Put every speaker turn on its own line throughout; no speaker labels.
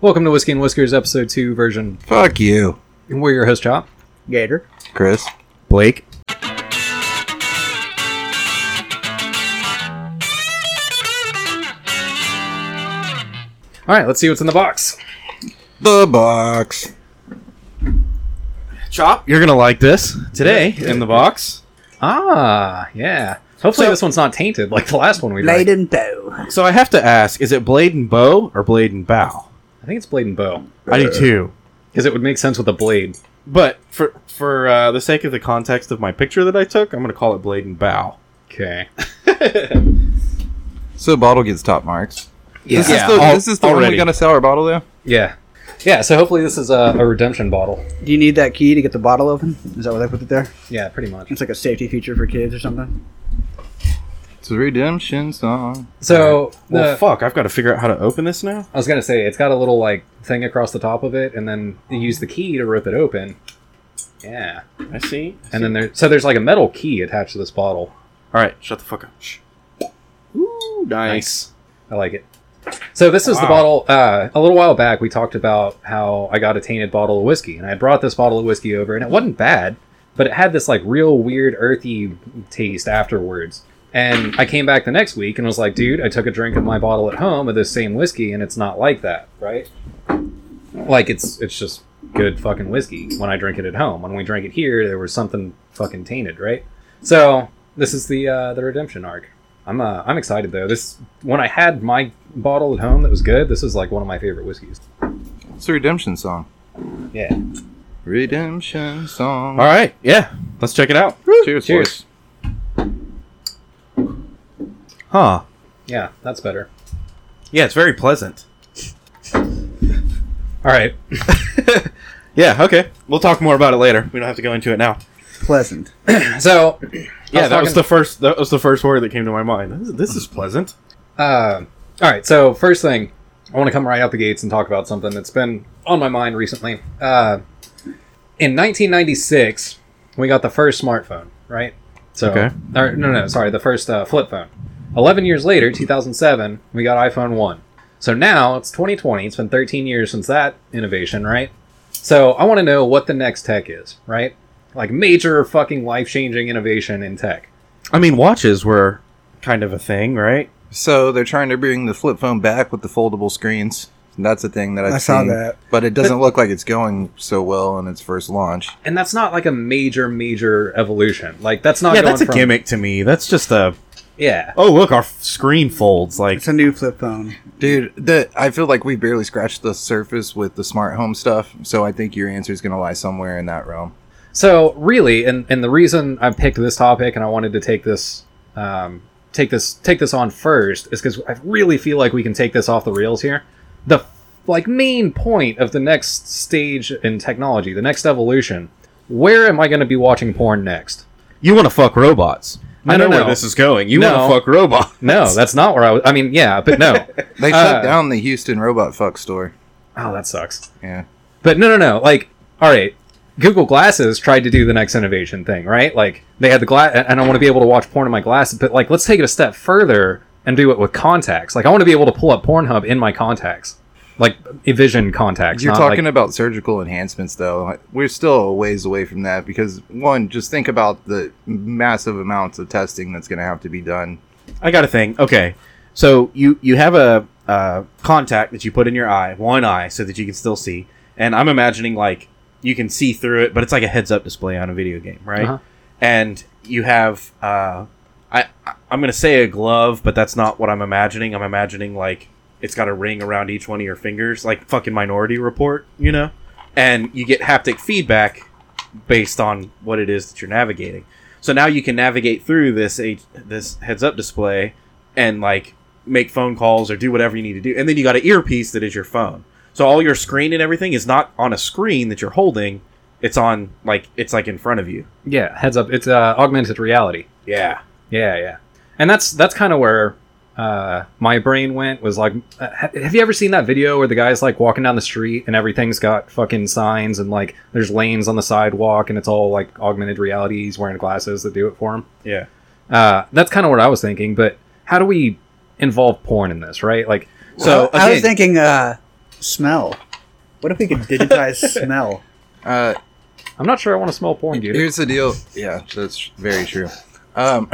Welcome to Whiskey and Whiskers, episode two version.
Fuck you,
We're your host, Chop.
Gator.
Chris.
Blake.
All right, let's see what's in the box.
The box.
Chop.
You're gonna like this today in the box.
Ah, yeah. Hopefully
So-
this one's not tainted like the last one we did.
Laden Bow.
So I have to ask: Is it blade and bow or blade and bow?
I think it's blade and bow
I do too.
because it would make sense with a blade.
But for for uh, the sake of the context of my picture that I took, I'm gonna call it blade and bow.
Okay.
So bottle gets top marks. This is
Yeah,
the,
al-
this is the one
already.
we got a sour bottle though.
Yeah. Yeah. So hopefully this is a, a redemption bottle.
Do you need that key to get the bottle open? Is that why they put it there?
Yeah, pretty much.
It's like a safety feature for kids or something.
It's a redemption song.
So the,
Well, fuck! I've got to figure out how to open this now.
I was gonna say it's got a little like thing across the top of it, and then you use the key to rip it open. Yeah.
I see.
And then there, so there's like a metal key attached to this bottle.
all right, shut the fuck up. Shh. Ooh, nice.
I like it. So this is the
Wow.
bottle. Uh, a little while back, we talked about how I got a tainted bottle of whiskey, and I brought this bottle of whiskey over, and it wasn't bad, but it had this like real weird earthy taste afterwards. And I came back the next week and was like, dude, I took a drink of my bottle at home of this same whiskey, and it's not like that, right? Like it's it's just good fucking whiskey when I drink it at home. When we drank it here, there was something fucking tainted, right? So this is the uh, the redemption arc. I'm uh, I'm excited though. This when I had my bottle at home that was good. This is like one of my favorite whiskeys.
It's a redemption song.
Yeah.
Redemption song.
All right, yeah. Let's check it out.
Cheers.
Cheers.
boys.
Huh?
Yeah, that's better.
Yeah, it's very pleasant.
All right.
Yeah. Okay. We'll talk more about it later. We don't have to go into it now.
Pleasant.
So
Yeah, that was
talking-
the first. That was the first word that came to my mind. This, this is pleasant.
uh, all right. So first thing, I want to come right out the gates and talk about something that's been on my mind recently. Uh, in 1996, we got the first smartphone, right? So,
Okay.
Or, no, no, sorry, the first uh, flip phone. 11 years later, 2007, we got iPhone 1. So now it's 2020. It's been 13 years since that innovation, right? So I want to know what the next tech is, right? Like major fucking life changing innovation in tech.
I mean, watches were kind of a thing, right?
So they're trying to bring the flip phone back with the foldable screens. And that's a thing that I've
I saw
seen.
that.
But it doesn't look like it's going so well in its first launch.
And that's not like a major, major evolution. Like that's not.
yeah,
going
that's a
from-
gimmick to me. That's just a
Yeah,
oh look, our f- screen folds like
It's a new flip phone.
Dude, the, I feel like we barely scratched the surface with the smart home stuff, so I think your answer is going to lie somewhere in that realm.
So really, and and the reason I picked this topic and I wanted to take this um, take this take this on first is because I really feel like we can take this off the rails here. The like main point of the next stage in technology, the next evolution. Where am I going to be watching porn next?
you want to fuck robots.
No,
I know
no,
where
no.
this is going. You
No.
want to fuck robots?
No, that's not where I was. I mean, yeah, but no.
They
Uh,
shut down the Houston robot fuck store.
oh, that sucks.
Yeah.
But no, no, no. Like, all right, Google Glasses tried to do the next innovation thing, right? Like, they had the glass, and I want to be able to watch porn in my glasses. But like, let's take it a step further and do it with contacts. Like, I want to be able to pull up Pornhub in my contacts, like vision contacts.
You're
not, like-
talking about surgical enhancements, though. We're still a ways away from that because, one, just think about the massive amounts of testing that's going to have to be done.
I got a thing. Okay, so you you have a uh, contact that you put in your eye, one eye, so that you can still see. And I'm imagining like you can see through it, but it's like a heads up display on a video game, right?
Uh-huh.
And you have uh, I I- I'm gonna say a glove, but that's not what I'm imagining. I'm imagining like it's got a ring around each one of your fingers, like fucking Minority Report, you know. And you get haptic feedback based on what it is that you're navigating. So now you can navigate through this H- this heads up display and like make phone calls or do whatever you need to do. And then you got an earpiece that is your phone. So all your screen and everything is not on a screen that you're holding. It's on like it's like in front of you.
yeah, heads up, it's uh, augmented reality.
Yeah.
Yeah, yeah, and that's that's kind of where uh, my brain went. Was like, uh, ha- have you ever seen that video where the guy's like walking down the street and everything's got fucking signs and like there's lanes on the sidewalk and it's all like augmented reality. He's wearing glasses that do it for him.
Yeah.
Uh, that's kind of what I was thinking. But how do we involve porn in this? Right? Like,
So
I, I was
again-
thinking uh, smell. What if we could digitize smell?
Uh,
I'm not sure I want to smell porn, dude.
Here's the deal. Yeah, that's very true. Um,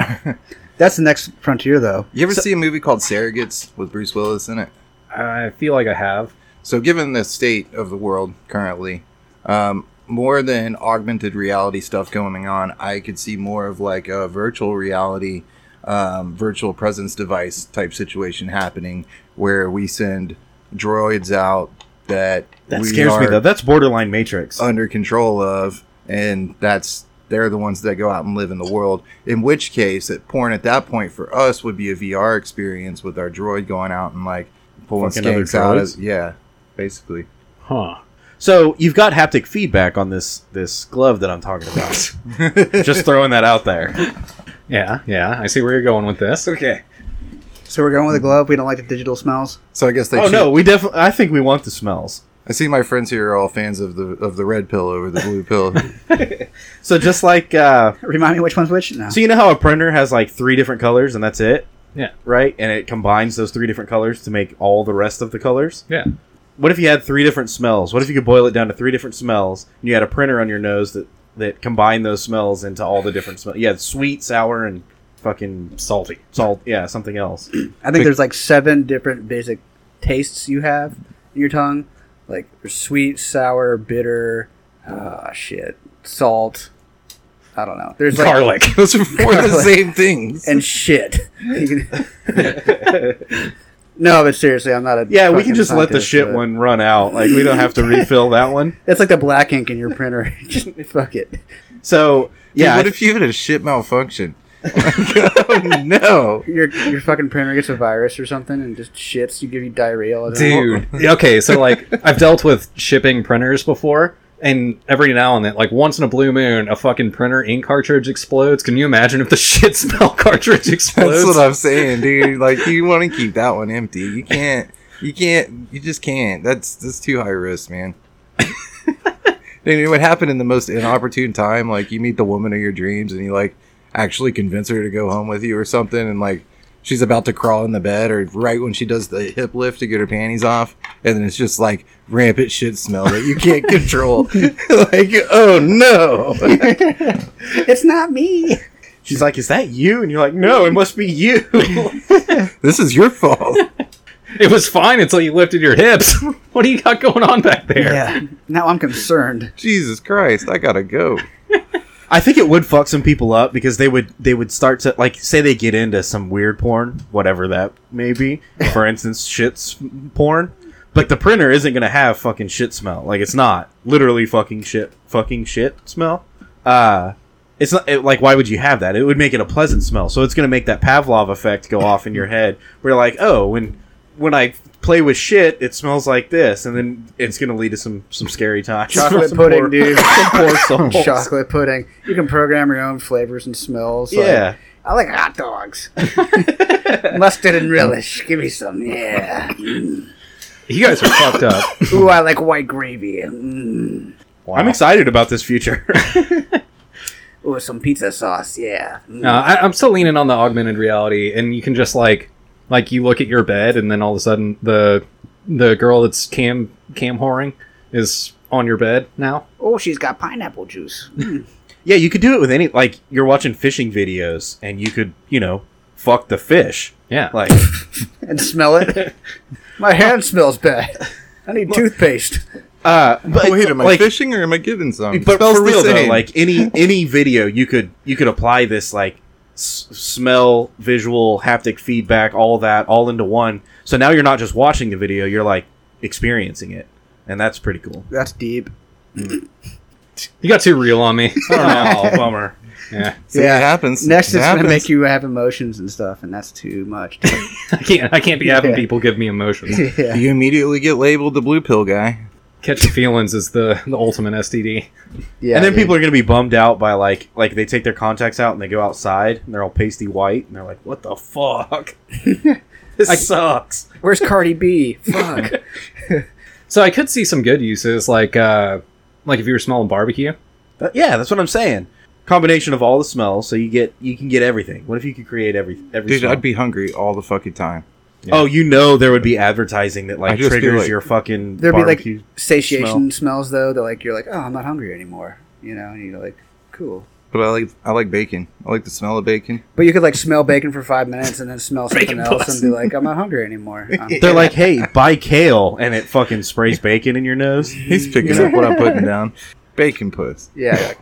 That's the next frontier, though.
you ever
So-
see a movie called Surrogates with Bruce Willis in it?
I feel like I have.
So, given the state of the world currently, um, more than augmented reality stuff going on, I could see more of like a virtual reality, um, virtual presence device type situation happening where we send droids out that
That
we
scares me
are-
though. That's borderline Matrix.
under control of, and that's they're the ones that go out and live in the world. In which case, that porn at that point for us would be a VR experience with our droid going out and like pulling
Fucking other
skinks out.
droids?
As, yeah, basically.
Huh.
so you've got haptic feedback on this this glove that I'm talking about. Just throwing that out there.
Yeah, yeah. I see where you're going with this. Okay.
So we're going with a glove. We don't like the digital smells.
So I guess they.
oh
should-
no, we definitely. I think we want the smells.
I see my friends here are all fans of the of the red pill over the blue pill.
So just like, uh,
Remind me which one's which? No.
so you know how a printer has like three different colors and that's it.
Yeah.
Right, and it combines those three different colors to make all the rest of the colors.
Yeah.
What if you had three different smells? What if you could boil it down to three different smells and you had a printer on your nose that that combined those smells into all the different smells? You had sweet, sour, and fucking
Salty.
salt. Yeah, something else.
I think there's like seven different basic tastes you have in your tongue. Like there's sweet, sour, bitter, uh, shit, salt. I don't know. There's like
Garlic.
Those are four of the
Garlic.
same things.
and shit. You can- no, but seriously, I'm not a.
Yeah, we can
fucking
just let the
scientist,
shit
but-
one run out. Like we don't have to refill that one.
It's like the black ink in your printer. Just fuck it.
So
Dude,
yeah,
what if you had a shit malfunction? oh, no.
Your your fucking printer gets a virus or something and just shits. You give you diarrhea. All the time.
dude okay so like i've dealt with shipping printers before and every now and then like once in a blue moon a fucking printer ink cartridge explodes can you imagine if the shit smell cartridge
That's
explodes
what I'm saying, dude. Like you want to keep that one empty. You can't. You can't. You just can't. That's that's too high risk, man. Dude, you know what happened in the most inopportune time? Like you meet the woman of your dreams, and you like actually convince her to go home with you or something, and like she's about to crawl in the bed, or right when she does the hip lift to get her panties off, and then it's just like rampant shit smell that you can't control. like oh no.
It's not me.
she's like, "Is that you?" and you're like, "No, it must be you."
This is your fault.
it was fine until you lifted your hips what do you got going on back there
Yeah. Now I'm concerned.
Jesus Christ, I gotta go.
I think it would fuck some people up because they would they would start to like say they get into some weird porn, whatever that may be. For instance, shits porn. But the printer isn't gonna have fucking shit smell. Like it's not literally fucking shit, fucking shit smell. Uh, it's not it, like why would you have that? It would make it a pleasant smell. So it's gonna make that Pavlov effect go off in your head. Where you're like, oh, when when I play with shit, it smells like this, and then it's gonna lead to some some scary times.
Chocolate
Some
pudding,
poor-
dude.
some poor souls.
Chocolate pudding. You can program your own flavors and smells. like,
Yeah.
I like hot dogs. Mustard and relish. Give me some. Yeah. Mm.
you guys are fucked up
Ooh, I like white gravy. Mm.
I'm excited about this future.
Ooh, some pizza sauce. Yeah. Mm.
Uh-huh.
no, I, i'm still leaning on the augmented reality and you can just like like you look at your bed and then all of a sudden the the girl that's cam cam whoring is on your bed now
Oh, she's got pineapple juice.
yeah, you could do it with any like you're watching fishing videos and you could, you know, fuck the fish.
yeah
Like
and smell it. My hand smells bad. I need toothpaste.
uh but
Wait, am I
like,
fishing or am I getting some? It
But
smells
for
the
real though,
same.
like any any video you could you could apply this like s- smell, visual, haptic feedback, all that all into one. So now you're not just watching the video, you're like experiencing it. And that's pretty cool.
That's deep.
you got too real on me
Oh, bummer.
yeah
See,
Yeah.
it happens.
Next,
it
it's
happens.
gonna make you have emotions and stuff, and that's too much.
I can't. I can't be having
Yeah.
people give me emotions.
yeah.
You immediately get labeled the blue pill guy.
Catching feelings is the the ultimate STD.
yeah.
and then
dude.
people are gonna be bummed out by like like they take their contacts out and they go outside and they're all pasty white and they're like, what the fuck? this sucks.
Where's Cardi B? Fuck.
So I could see some good uses, like uh, like if you were smelling barbecue.
But yeah, that's what I'm saying. Combination of all the smells, so you get you can get everything. What if you could create every every
Dude,
smell?
I'd be hungry all the fucking time.
Yeah.
Oh, you know there would be advertising that
I
like
just feel
triggers
like-
your fucking
There'd be, like,
barbecue.
Satiation smells though. That like you're like, oh, I'm not hungry anymore. You know, and you're like, cool.
But I like I like bacon. I like the smell of bacon.
But you could like smell bacon for five minutes and then smell something
Bacon
else
bus.
and be like, I'm not hungry anymore. Um,
They're like, hey, buy kale, and it fucking sprays bacon in your nose.
He's picking up what I'm putting down. Bacon puss.
yeah, I like,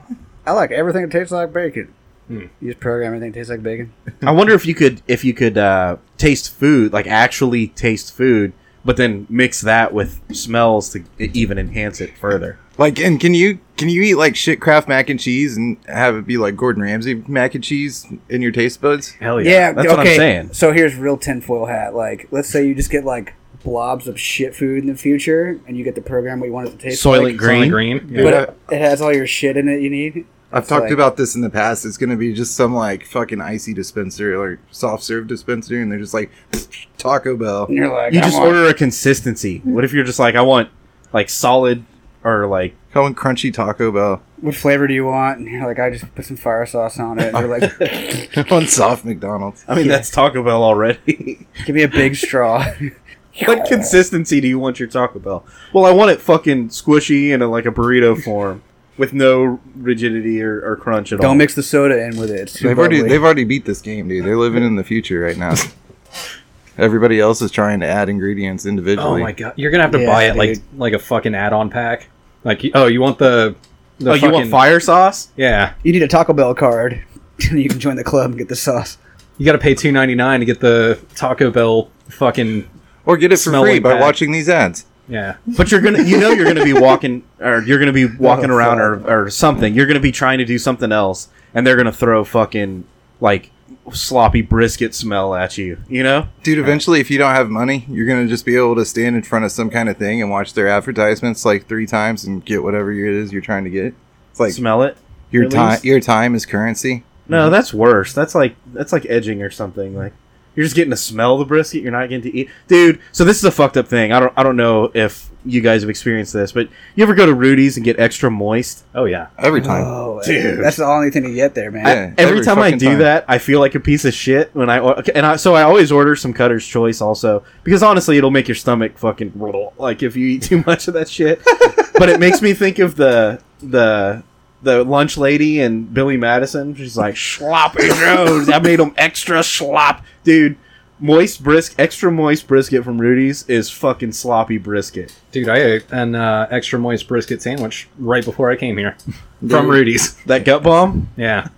I like everything that tastes like bacon.
Hmm.
You just program everything that tastes like bacon.
I wonder if you could if you could uh, taste food, like actually taste food, but then mix that with smells to even enhance it further.
Like, and can you can you eat like shit craft mac and cheese and have it be like Gordon Ramsay mac and cheese in your taste buds?
Hell
Yeah,
that's
okay.
what I'm saying.
So here's real tinfoil hat. Like, let's say you just get like blobs of shit food in the future, and you get to program what you want it to taste
Soylent
like.
Green.
Soylent green. Yeah.
But it, it has all your shit in it you need.
I've
It's
talked
like-
about this in the past. It's gonna be just some like fucking icy dispenser or soft serve dispenser, and they're just like Taco Bell.
And you're like,
You
I'm
just
on-
order a consistency. What if you're just like, I want like solid or like
Calling crunchy Taco Bell
what flavor do you want? And you're like, I just put some fire sauce on it. And you're like,
on soft McDonald's.
I mean
Yeah.
that's Taco Bell already.
give me a big straw.
what consistency do you want your Taco Bell? Well, I want it fucking squishy and in like a burrito form with no rigidity or, or crunch at all.
Don't mix the soda in with it. It's too
They've already
bubbly.
they've already beat this game, dude. They're living in the future right now. Everybody else is trying to add ingredients
Oh
individually.
my god, you're gonna have to
Yeah,
buy it like
dude.
like a fucking add-on pack. Like, you- oh, you want the, the
oh, you want
fucking-
fire sauce?
Yeah,
you need a Taco Bell card. and you can join the club and get the sauce.
you got to pay two ninety nine to get the Taco Bell fucking
Or get it for
Smelling
free by
bag.
watching these ads.
yeah.
But you're gonna, you know, you're gonna be walking, or you're gonna be walking
Oh,
around, or, or something. You're gonna be trying to do something else, and they're gonna throw fucking like sloppy brisket smell at you. You know?
Dude, eventually, if you don't have money, you're gonna just be able to stand in front of some kind of thing and watch their advertisements like three times and get whatever it is you're trying to get. It's like Mm-hmm.
Smell it?
your
at
time.
least.
Your time is currency.
No, that's worse. That's like that's like edging or something. Like you're just getting to smell the brisket. You're not getting to eat, dude. So this is a fucked up thing. I don't, I don't know if you guys have experienced this, but you ever go to Rudy's and get extra moist?
Oh yeah,
Every time.
Oh,
Dude.
that's the only thing to get there, man.
Yeah,
I- every,
every
time I
fucking
do
time.
that, I feel like a piece of shit when I or- and I so I always order some cutter's choice also because honestly it'll make your stomach fucking roll, like if you eat too much of that shit. but it makes me think of the the the lunch lady and Billy Madison. She's like sloppy joes. I made them extra slop, dude. Moist brisk, extra moist brisket from Rudy's is fucking sloppy brisket.
dude, I ate an uh, extra moist brisket sandwich right before I came here
Dude.
from Rudy's.
That gut bomb,
Yeah,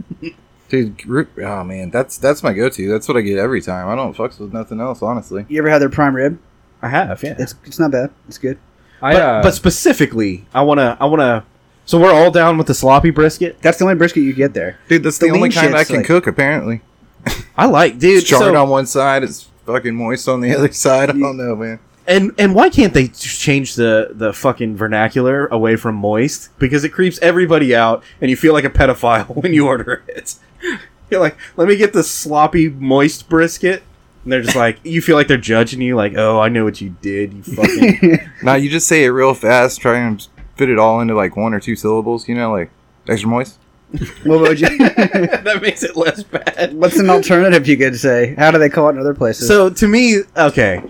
Dude, gr- oh man, that's that's my go-to. That's what I get every time. I don't fucks with nothing else, honestly.
You ever had their prime rib?
I have, yeah.
It's it's not bad. It's good.
I
but,
uh,
but specifically, I wanna, I wanna. So we're all down with the sloppy brisket.
That's the only brisket you get there.
Dude, that's
The
the, only
lean
kind I
shit's
can
like-
cook. Apparently,
I like, dude.
it's charred
so-
on one side. It's fucking moist on the other side. I don't know, man.
and and why can't they just change the the fucking vernacular away from moist? Because it creeps everybody out, and you feel like a pedophile when you order it. You're like, let me get the sloppy moist brisket, and they're just like, you feel like they're judging you, like, oh, I know what you did, you fucking.
Now you just say it real fast. Try and fit it all into like one or two syllables. You know, like extra moist.
What would you?
that makes it less bad.
What's an alternative you could say? How do they call it in other places?
So to me, okay,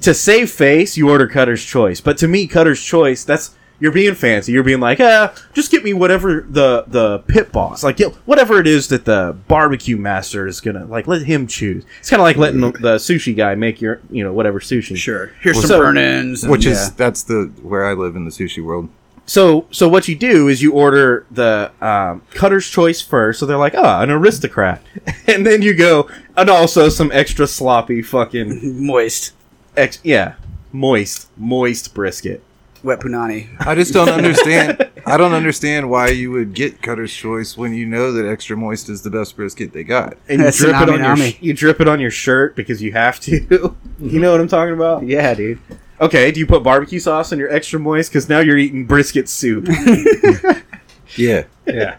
to save face, you order Cutter's Choice. But to me, Cutter's Choice, that's you're being fancy. You're being like, ah, just get me whatever the the pit boss, like get- whatever it is that the barbecue master is gonna like. Let him choose. It's kind of like letting the, the sushi guy make your you know whatever sushi.
sure, here's
So-
burn-ins.
Which is that's the where I live in the sushi world.
So so what you do is you order the um, Cutter's Choice first. So they're like, ah, an aristocrat, and then you go and also some extra sloppy fucking
moist
ex- yeah moist moist brisket.
wet punani.
I just don't understand. I don't understand why you would get cutter's choice when you know that extra moist is the best brisket they got.
and you
That's
drip it
tsunami
on your
nami.
sh- you drip it on your shirt because you have to. you know what I'm talking about?
Yeah, dude.
Okay, do you put barbecue sauce on your extra moist because now you're eating brisket soup?
Yeah,
yeah.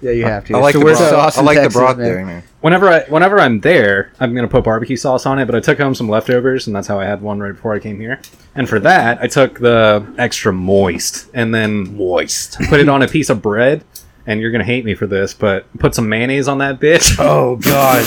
Yeah, you have to.
I like
So
the
where's
broth.
sauce
I
in
like
Texas,
the broth
man?
there, man.
Whenever I whenever I'm there, I'm gonna put barbecue sauce on it. But I took home some leftovers, and that's how I had one right before I came here. And for that, I took the extra moist, and then moist, put it on a piece of bread, and you're gonna hate me for this, but put some mayonnaise on that bitch.
Oh god,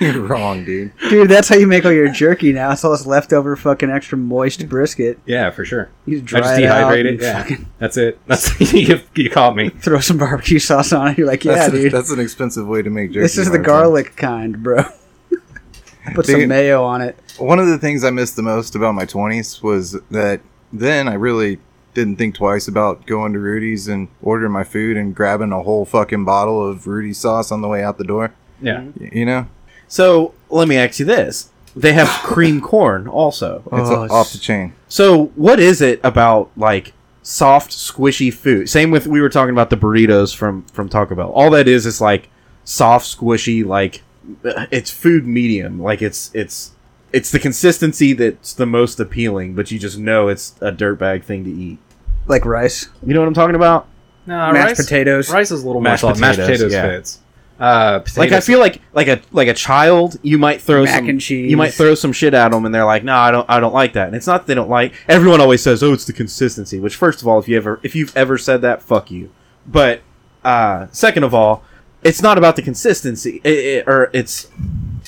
you're wrong, dude.
Dude, that's how you make all your jerky now. It's all this leftover fucking extra moist brisket.
yeah, for sure.
You just dry
I just
it out
dehydrate
and
it. Yeah,
fucking
that's it. That's you, you caught me.
throw some barbecue sauce on it. You're like, yeah,
That's, a,
dude.
that's an expensive way to make jerky.
this is
my friend.
the garlic kind, bro. Put some
Dude.
mayo on it.
One of the things I missed the most about my 20s was that then I really didn't think twice about going to Rudy's and ordering my food and grabbing a whole fucking bottle of Rudy's sauce on the way out the door.
Yeah,
Y- You know,
So let me ask you this: They have cream corn also.
it's
Oh, it's-
off the chain.
So what is it about like soft, squishy food? Same with we were talking about the burritos from from Taco Bell. All that is is like soft, squishy. Like uh, it's food medium. Like it's it's it's the consistency that's the most appealing, but you just know it's a dirtbag thing to eat.
Like rice,
You know what I'm talking about?
no,
mashed potatoes.
Rice is a little
Mashed
mashed more mashed
potatoes,
potatoes
yeah.
fits. Uh, potatoes.
Like I feel like like a like a child, you might throw
Mac
some
and cheese.
you might throw some shit at them, and they're like, "No, I don't, I don't like that." And it's not that they don't like. Everyone always says, "Oh, it's the consistency." Which, first of all, if you ever if you've ever said that, fuck you. But uh, second of all, it's not about the consistency, i i or it's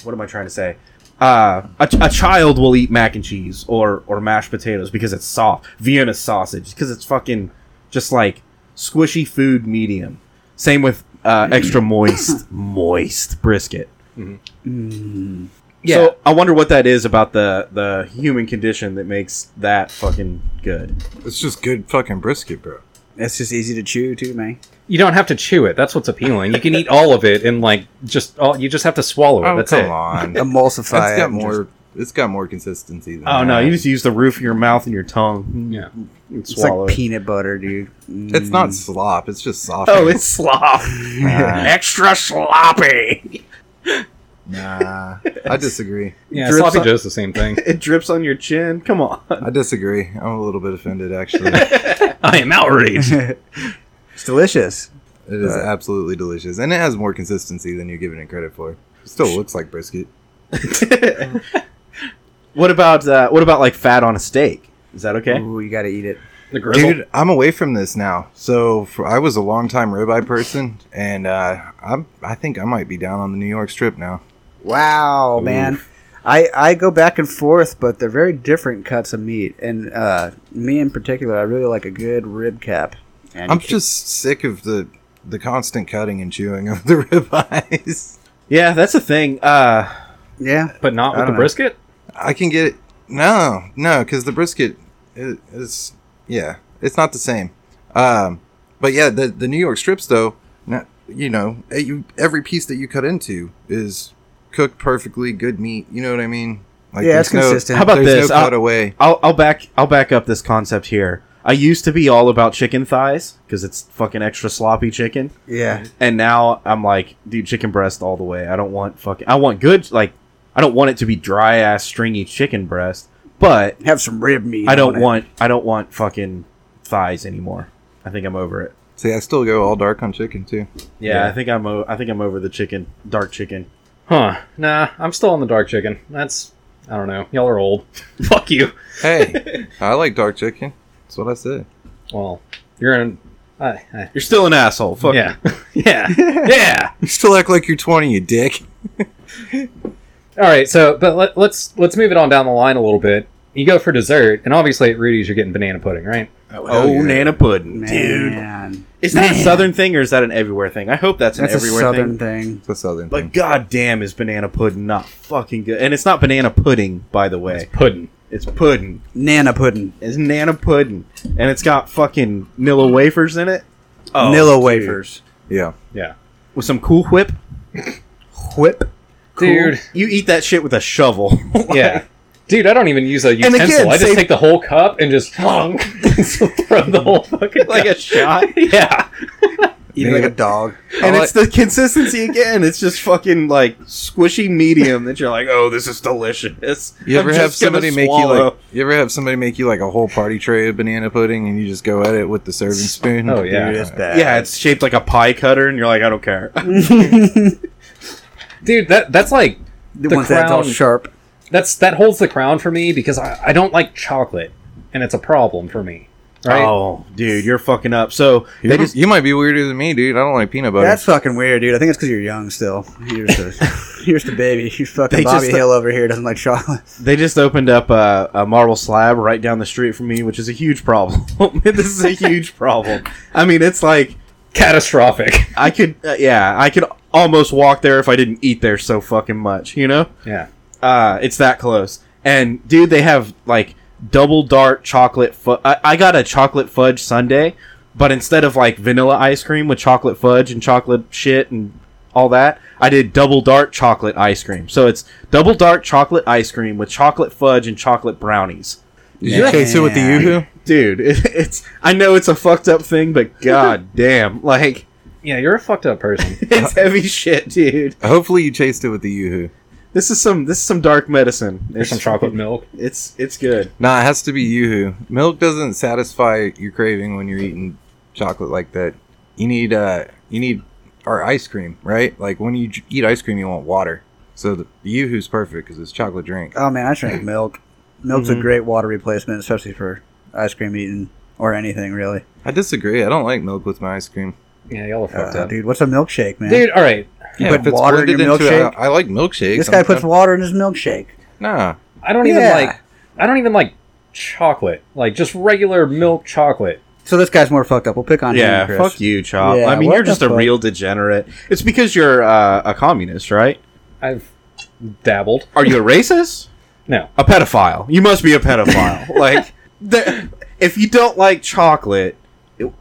what am I trying to say? Uh, a, a child will eat mac and cheese or or mashed potatoes because it's soft Vienna sausage because it's fucking just like squishy food medium. Same with uh, extra moist moist brisket.
Mm.
Yeah. So I wonder what that is about the the human condition that makes that fucking good.
It's just good fucking brisket, bro.
It's just easy to chew too, man.
you don't have to chew it. That's what's appealing. You can eat all of it and like just all. You just have to swallow it.
Oh,
That's
come
it.
on. it's
Emulsify it
got
and
more. It's got more consistency. Than
Oh no,
that.
you just use the roof of your mouth and your tongue
Yeah.
and
It's like
swallow it.
peanut butter, dude. Mm.
It's not slop. It's just soft.
Oh, it's slop.
Nah.
Extra sloppy.
nah. I disagree.
Yeah,
Drips
sloppy
on-
joe's the same thing.
It drips on your chin. Come on.
I disagree. I'm a little bit offended, actually.
I am outraged.
It's delicious.
It is
Uh,
absolutely delicious, and it has more consistency than you're giving it credit for. It still looks like brisket.
what about uh, what about like fat on a steak? Is that okay?
Ooh, you gotta eat it.
The grizzle.
Dude, I'm away from this now. So for, I was a longtime ribeye person, and uh, I'm I think I might be down on the New York Strip now.
Wow, man. I, I go back and forth, but they're very different cuts of meat. And uh, me in particular, I really like a good rib cap. And
I'm just sick of the the constant cutting and chewing of the ribeyes.
Yeah, that's the thing. Uh,
yeah,
but not with
I
the
don't know.
brisket?
I can get it. No, no, because the brisket i- is yeah, it's not the same. Um, but yeah, the the New York strips though, no- you know, eh, you, every piece that you cut into is cooked perfectly, good meat. You know what I mean? Like,
yeah, it's
there's no-
consistent.
How about
there's
this?
no
I'll-
cut away.
I'll, I'll back I'll back up this concept here. I used to be all about chicken thighs because it's fucking extra sloppy chicken.
yeah,
and now I'm like, dude, chicken breast all the way. I don't want fucking. I want good. Like, I don't want it to be dry ass stringy chicken breast, but
have some rib meat.
I don't
on it.
want. I don't want fucking thighs anymore. I think I'm over it.
See, I still go all dark on chicken too.
Yeah,
Yeah.
I think I'm. O- I think I'm over the chicken, dark chicken.
Huh. Nah, I'm still on the dark chicken. That's I don't know. Y'all are old. Fuck you.
Hey, I like dark chicken. That's what I said.
Well, you're in. Uh, uh,
You're still an asshole. Fuck.
yeah. yeah. Yeah.
You still act like you're 20, you dick.
All right. So, but let, let's let's move it on down the line a little bit. You go for dessert, and obviously at Rudy's you're getting banana pudding, right?
Oh,
hell yeah.
Nana pudding, dude.
Man.
Is that a
Man.
southern thing or is that an everywhere thing? I hope that's,
That's
an
a
everywhere
southern
thing.
thing.
It's a southern
But
thing.
goddamn, is banana pudding not fucking good? And it's not banana pudding, by the way.
Pudding.
It's pudding.
Nana pudding.
It's Nana pudding, and it's got fucking Nilla wafers in it.
Oh, Nilla wafers.
Yeah.
Yeah.
with some Cool Whip.
Whip. Cool.
Dude.
You eat that shit with a shovel.
Yeah. Dude, I don't even use a
And
utensil.
again,
I just
save-
take the whole cup and just throw the whole fucking
like a
cup.
shot.
yeah.
Eat it like a dog.
And it's the consistency again. It's just fucking like squishy medium that you're like, oh, this is delicious.
You
I'm
ever have
just gonna
somebody make you
swallow.
like? You ever have somebody make you like a whole party tray of banana pudding, and you just go at it with the serving spoon?
Oh, yeah.
Dude,
Dude, that's bad.
Yeah, it's shaped like a pie cutter, and you're like, I don't care.
Dude, that that's like
the,
the
ones that's all
crown-
sharp.
that's that holds the crown for me because I, I don't like chocolate and it's a problem for me right?
Oh, dude, you're fucking up. So
You,
they just
you might be weirder than me, dude. I don't like peanut butter.
That's fucking weird, dude. I think it's because you're young still. You're just a, you're just a baby. You fucking
They just-
Bobby Hill over here doesn't like chocolate.
they just opened up a, a marble slab right down the street from me, which is a huge problem. this is a huge problem. I mean, it's like
Catastrophic.
I could, uh, yeah, I could almost walk there if I didn't eat there so fucking much. You know,
Yeah.
uh, it's that close. And dude, they have like double dark chocolate. Fu- I, I got a chocolate fudge sundae, but instead of like vanilla ice cream with chocolate fudge and chocolate shit and all that, I did double dark chocolate ice cream. So it's double dark chocolate ice cream with chocolate fudge and chocolate brownies.
Did you chase it with the
Yeah.
yoo-hoo?
Dude, it, it's I know it's a fucked up thing, but god damn, like
Yeah, you're a fucked up person.
it's heavy shit, dude.
Hopefully, you chased it with the yoo-hoo.
This is some this is some dark medicine.
There's some chocolate milk.
It's it's good.
Nah, it has to be yoo-hoo. Milk doesn't satisfy your craving when you're eating chocolate like that. You need uh, you need or ice cream, right? Like when you j- eat ice cream, you want water. So the yoo-hoo's perfect because it's chocolate drink.
Oh man, I drink milk. Milk's
Mhm.
a great water replacement, especially for ice cream eating or anything really.
I disagree. I don't like milk with my ice cream.
Yeah, y'all are fucked
Uh,
up.
dude, what's a milkshake, man?
Dude, all right.
You put
if it's
water in
blended
your
into a-
milkshake?
I like milkshakes.
this guy
I'm
puts
not-
water in his milkshake.
nah.
I don't even
Yeah.
like. I don't even like chocolate. Like just regular milk chocolate.
So this guy's more fucked up. We'll pick on
yeah,
him, Chris.
fuck you, Chop.
Yeah,
I mean,
what
you're
the
just a
fuck?
real degenerate. It's because you're uh, a communist, right?
I've dabbled.
Are you a racist?
No.
A pedophile. You must be a pedophile. like, the, if you don't like chocolate, it-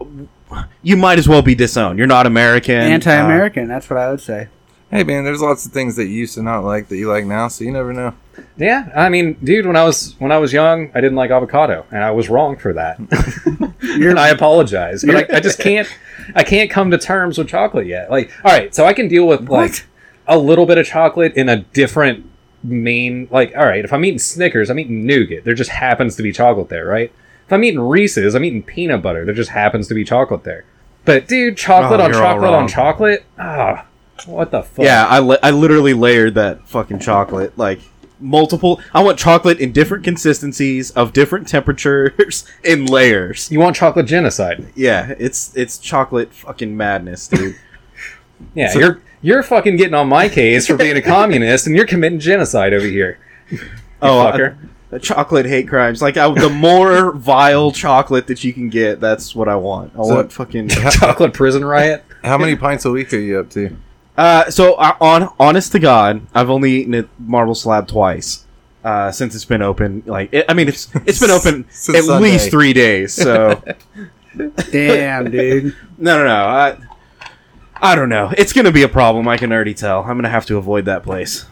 you might as well be disowned. You're not American. Uh,
Anti-American. that's what I would say.
Hey man, there's lots of things that you used to not like that you like now, so you never know.
Yeah, I mean, dude, when I was when I was young, I didn't like avocado, and I was wrong for that. and I apologize, but I, I just can't. I can't come to terms with chocolate yet. Like, all right, so I can deal with like
What?
a little bit of chocolate in a different main. Like, all right, if I'm eating Snickers, I'm eating nougat. There just happens to be chocolate there, right? If I'm eating Reese's, I'm eating peanut butter. There just happens to be chocolate there. But dude, chocolate
Oh,
on
you're all
chocolate
wrong.
on chocolate. Ah, what the fuck?
Yeah, I, li- I literally layered that fucking chocolate. Like, multiple. I want chocolate in different consistencies, of different temperatures, in layers.
you want chocolate genocide?
Yeah, it's it's chocolate fucking madness, dude.
Yeah,
So-
you're you're fucking getting on my case for being a communist, and you're committing genocide over here.
oh, I-
fucker.
the chocolate hate crimes. Like I, the more vile chocolate that you can get, that's what I want. I
So-
want fucking.
Chocolate prison riot.
How many pints a week are you up to?
Uh, so I, on honest to God, I've only eaten at Marble Slab twice uh, since it's been open. Like it, I mean, it's it's been open
Since
at
Sunday.
least three days. So
Damn, dude.
no, no, no. I, I don't know. It's gonna be a problem. I can already tell. I'm gonna have to avoid that place.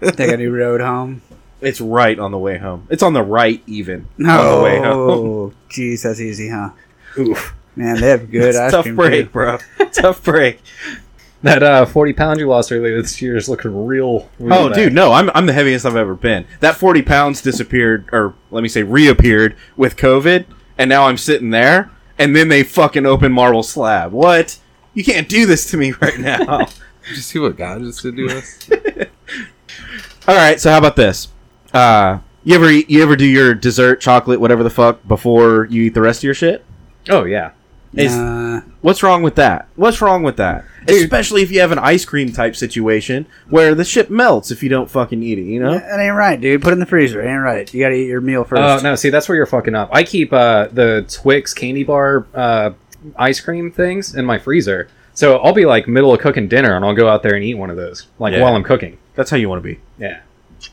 Take a new road home.
It's right on the way home. It's on the right, even. On the way
Oh,
home.
No. Jeez, that's easy, huh?
Oof.
Man, they have good
It's a
ice
tough
cream.
break, bro. Tough break.
That uh, forty pound you lost earlier this year is looking real. real
Oh,
bad.
dude, no, I'm, I'm the heaviest I've ever been. That 40 pounds disappeared, or let me say, reappeared with COVID, and now I'm sitting there, and then they fucking open Marble Slab. What? You can't do this to me right now.
Did you see what God just did to us?
All right, so how about this? Uh, you ever eat, you ever do your dessert, chocolate, whatever the fuck, before you eat the rest of your shit?
Oh yeah.
Is-
Nah.
What's wrong with that? What's wrong with that? Especially if you have an ice cream type situation where the shit melts if you don't fucking eat it, you know?
That ain't right, dude. Put it in the freezer. It ain't right. You gotta eat your meal first.
Oh no, see that's where you're fucking up. I keep uh, the Twix candy bar uh, ice cream things in my freezer, so I'll be like middle of cooking dinner, and I'll go out there and eat one of those like
Yeah.
while I'm cooking.
That's how you want to be.
Yeah,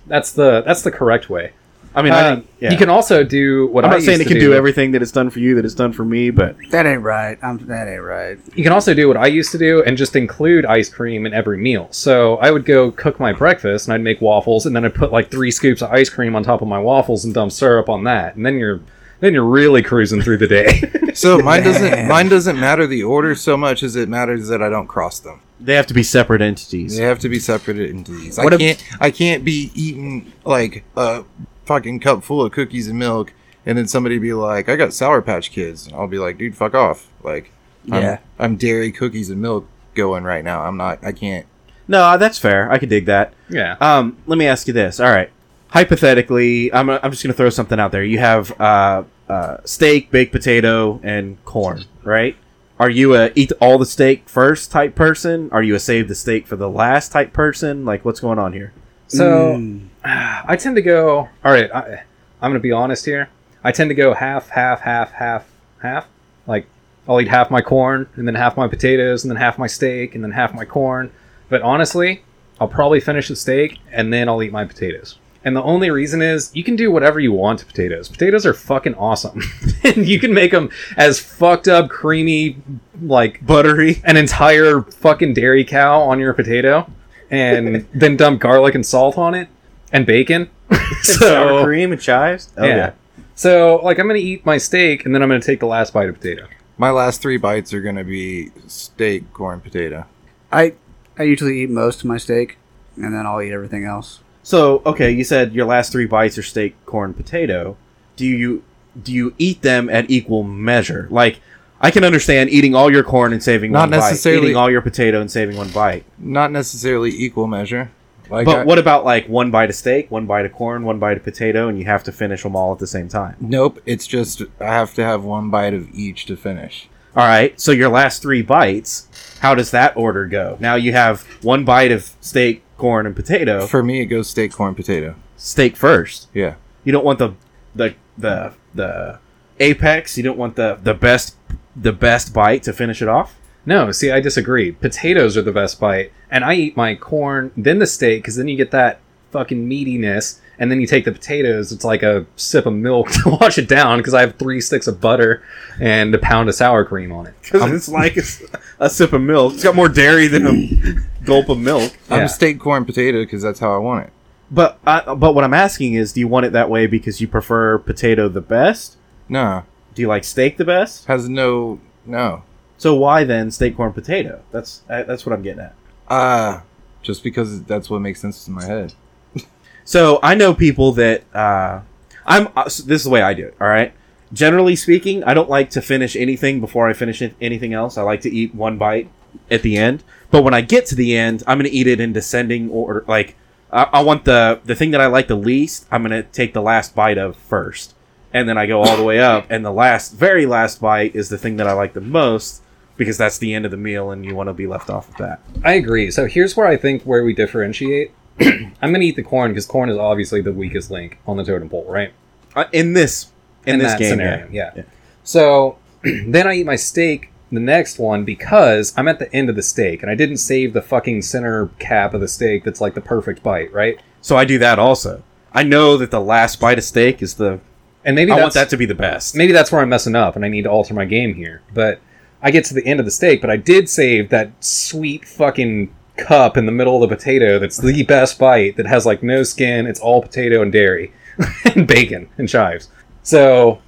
that's the that's the correct way.
I mean, I
Uh,
think, yeah.
You can also do what
I'm
I
not saying
used
it
to
can do everything that it's done for you that it's done for me, but
that ain't right. I'm, that ain't right.
You can also do what I used to do and just include ice cream in every meal. So I would go cook my breakfast and I'd make waffles and then I'd put like three scoops of ice cream on top of my waffles and dump syrup on that. And then you're then you're really cruising through the day.
So mine doesn't
Man.
mine doesn't matter the order so much as it matters that I don't cross them.
they have to be separate entities.
They have to be separated into these. I
What ab-
can't I can't be eating like a fucking cup full of cookies and milk and then somebody be like, I got Sour Patch Kids and I'll be like, dude, fuck off. Like I'm,
Yeah.
I'm dairy cookies and milk going right now. I'm not I can't
No, that's fair. I could dig that.
yeah.
Um, let me ask you this. All right, hypothetically, I'm, I'm just gonna throw something out there. You have uh, uh, steak, baked potato, and corn, right? Are you a eat all the steak first type person? Are you a save the steak for the last type person? Like, what's going on here?
So
Mm.
I tend to go. All right, I, I'm going to be honest here. I tend to go half, half, half, half, half. Like I'll eat half my corn, and then half my potatoes, and then half my steak, and then half my corn. But honestly, I'll probably finish the steak, and then I'll eat my potatoes. And the only reason is you can do whatever you want to potatoes. Potatoes are fucking awesome, and you can make them as fucked up, creamy, like
Buttery.
an entire fucking dairy cow on your potato and then dump garlic and salt on it and bacon.
sour
so,
cream and chives. Oh,
yeah. So, like, I'm going to eat my steak and then I'm going to take the last bite of potato.
My last three bites are gonna be steak, corn, potato.
I I usually eat most of my steak, and then I'll eat everything else.
So okay, you said your last three bites are steak, corn, potato. Do you do you eat them at equal measure? Like I can understand eating all your corn and saving
Not
one
necessarily-
bite, eating all your potato and saving one bite.
Not necessarily equal measure. Like
but
I-
what about like one bite of steak, one bite of corn, one bite of potato, and you have to finish them all at the same time?
Nope. It's just I have to have one bite of each to finish.
All right. So your last three bites, how does that order go? Now you have one bite of steak, corn, and potato.
For me, it goes steak, corn, potato.
steak first.
Yeah.
You don't want the the the the apex. You don't want the the best the best bite to finish it off.
No, see, I disagree. Potatoes are the best bite. And I eat my corn, then the steak, because then you get that fucking meatiness. And then you take the potatoes. It's like a sip of milk to wash it down because I have three sticks of butter and a pound of sour cream on it.
Because it's like a, a sip of milk. It's got more dairy than a gulp of milk.
Yeah.
I'm steak, corn, potato because that's how I want it.
But I, but what I'm asking is, do you want it that way because you prefer potato the best?
No,
Do you like steak the best?
has no no.
So why then steak, corn, potato? That's I, that's what I'm getting at.
Uh just because that's what makes sense in my head.
So I know people that uh, I'm. Uh, so this is the way I do it. All right. Generally speaking, I don't like to finish anything before I finish it- anything else. I like to eat one bite at the end. But when I get to the end, I'm going to eat it in descending order. Like I, I want the the thing that I like the least. I'm going to take the last bite of first, and then I go all the way up. And the last, very last bite is the thing that I like the most because that's the end of the meal, and you want to be left off with that.
I agree. So here's where I think where we differentiate. I'm gonna eat the corn because corn is obviously the weakest link on the totem pole, right?
Uh, in this in, this game, yeah.
yeah. So then I eat my steak, the next one, because I'm at the end of the steak and I didn't save the fucking center cap of the steak. That's like the perfect bite, right?
So I do that also. I know that the last bite of steak is the.
And maybe
I
that's,
want that to be the best.
maybe that's where I'm messing up and I need to alter my game here. But I get to the end of the steak, but I did save that sweet fucking cup in the middle of the potato that's the best bite that has like no skin, it's all potato and dairy and bacon and chives. So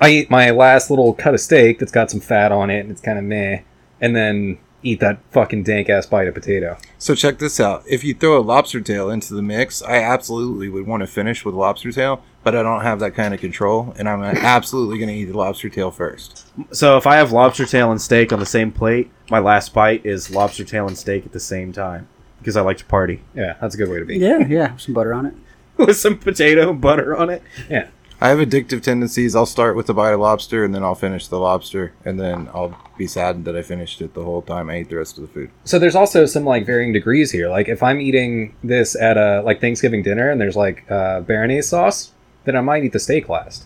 I eat my last little cut of steak that's got some fat on it and it's kind of meh, and then eat that fucking dank ass bite of potato.
So check this out. If you throw a lobster tail into the mix, I absolutely would want to finish with lobster tail, but I don't have that kind of control, and I'm absolutely going to eat the lobster tail first.
So if I have lobster tail and steak on the same plate, my last bite is lobster tail and steak at the same time because I like to party
Yeah, that's a good way to be.
Yeah, yeah, some butter on it.
with some potato and butter on it.
yeah.
I have addictive tendencies. I'll start with a bite of lobster, and then I'll finish the lobster, and then I'll be sad that I finished it the whole time I ate the rest of the food.
so there's also some like varying degrees here. Like if I'm eating this at a like Thanksgiving dinner and there's like uh, béarnaise sauce, then I might eat the steak last,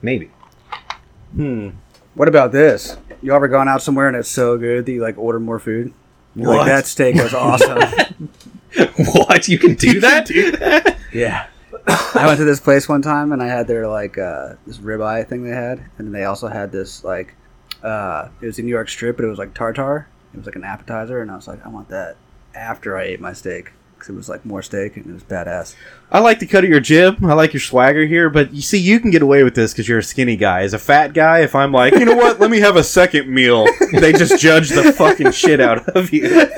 maybe.
Hmm.
What about this? You ever gone out somewhere and it's so good that you like order more food? You're
What?
Like that steak was awesome.
what you can do that?
yeah. I went to this place one time and I had their like uh, this ribeye thing they had, and then they also had this like uh, it was a New York strip, but it was like tartar. It was like an appetizer, and I was like, I want that after I ate my steak because it was like more steak and it was badass.
I like the cut of your jib. I like your swagger here, but you see, you can get away with this because you're a skinny guy. As a fat guy, if I'm like, you know what, let me have a second meal, they just judge the fucking shit out of you.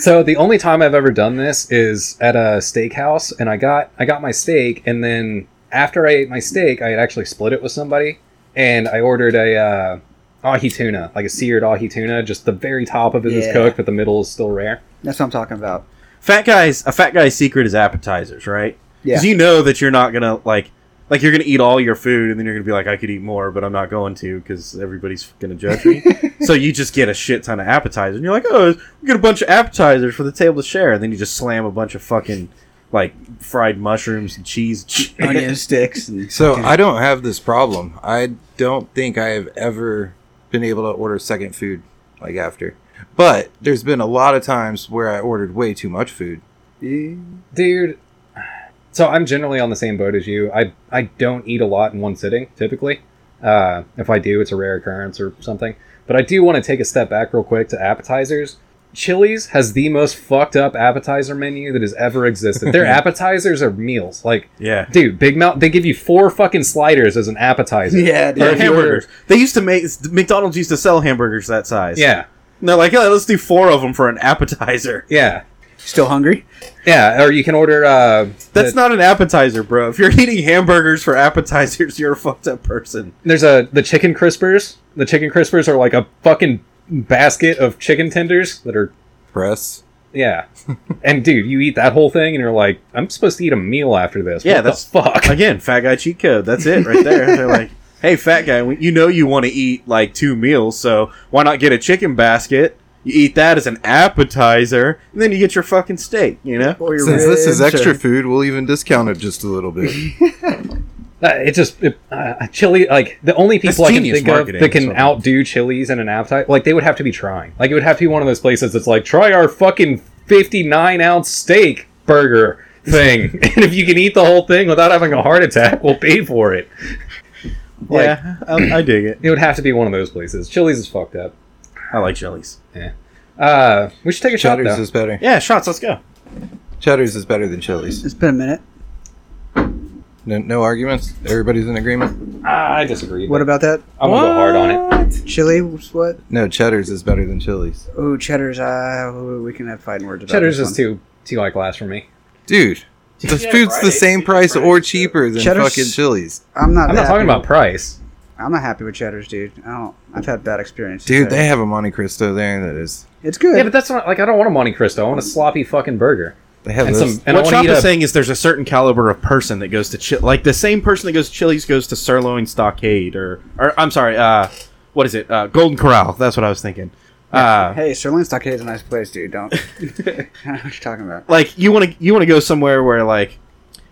So the only time I've ever done this is at a steakhouse, and I got I got my steak, and then after I ate my steak, I had actually split it with somebody, and I ordered a uh, ahi tuna, like a seared ahi tuna, just the very top of it is
Yeah.
cooked, but the middle is still rare.
That's what I'm talking about.
fat guys a fat guy's secret is appetizers right
Yeah.
because you know that you're not gonna like Like you're gonna eat all your food, and then you're gonna be like, I could eat more, but I'm not going to because everybody's gonna judge me. so you just get a shit ton of appetizers, and you're like, oh, we get a bunch of appetizers for the table to share, and then you just slam a bunch of fucking like fried mushrooms and cheese.
onion sticks. And
So I don't have this problem. I don't think I have ever been able to order second food like after. But there's been a lot of times where I ordered way too much food.
dude so i'm generally on the same boat as you i i don't eat a lot in one sitting typically uh, if i do it's a rare occurrence or something but i do want to take a step back real quick to appetizers chili's has the most fucked up appetizer menu that has ever existed their appetizers are meals like
yeah,
dude big mouth they give you four fucking sliders as an appetizer
yeah, dude.
Or
if you order-
hamburgers. They used to make McDonald's used to sell hamburgers that size.
yeah
And they're like, yeah, let's do four of them for an appetizer.
yeah
Still hungry?
yeah or you can order uh the-
That's not an appetizer, bro. If you're eating hamburgers for appetizers, you're a fucked up person.
there's a the chicken crispers the chicken crispers are like a fucking basket of chicken tenders that are
Press.
Yeah. and dude, you eat that whole thing and you're like, I'm supposed to eat a meal after this.
Yeah,
What
that's-
the fuck.
Again, fat guy cheat code. That's it right there. They're like, hey, fat guy, we- you know you want to eat like two meals, so why not get a chicken basket? You eat that as an appetizer, and then you get your fucking steak. You know,
Or your
Since this is
ribs,
extra
or-
food, we'll even discount it just a little bit.
Uh, It just it, uh, chili like the only
That's
people I can
genius
think of
marketing,
that can
sort of.
outdo chilies in an appetite like they would have to be trying. Like it would have to be one of those places that's like, try our fucking fifty nine ounce steak burger thing. and if you can eat the whole thing without having a heart attack, we'll pay for it. Like-
yeah, I, I dig it.
It would have to be one of those places. Chili's is fucked up.
I like chilies.
Uh, we should take a shot
Cheddar's
though.
is better.
Yeah, shots. Let's go.
Cheddar's is better than Chili's.
It's been a minute.
No, no arguments. Everybody's in agreement.
I disagree.
What
What
about that?
I'm gonna go hard on it.
Chili? was What?
No, Cheddar's is better than Chili's.
Oh, cheddars. Uh, we can have fighting words about
Cheddar's
this
is
one.
too too high glass for me.
Dude, the
Yeah,
food's the
Fridays,
same
dude,
price
Fridays,
or
dude.
cheaper than
Cheddar's-
fucking Chili's.
I'm not.
I'm not
happy
talking
with-
about price.
I'm not happy with cheddars, dude. I don't. I've had bad experiences.
Dude,
there.
they have a Monte Cristo there that is.
It's good.
Yeah, but that's not like I don't want a Monte Cristo. I want a sloppy fucking burger.
They have
And
those.
some- And I
what
wanna
Chop
eat
is
a-
saying is there's a certain caliber of person that goes to chi- like the same person that goes to Chili's goes to Sirloin Stockade or or I'm sorry, uh, what is it? Uh, Golden Corral. That's what I was thinking. Uh,
hey, Sterling Stockade is a nice place, dude. Don't. I don't know what you're talking about.
like you want to you want to go somewhere where like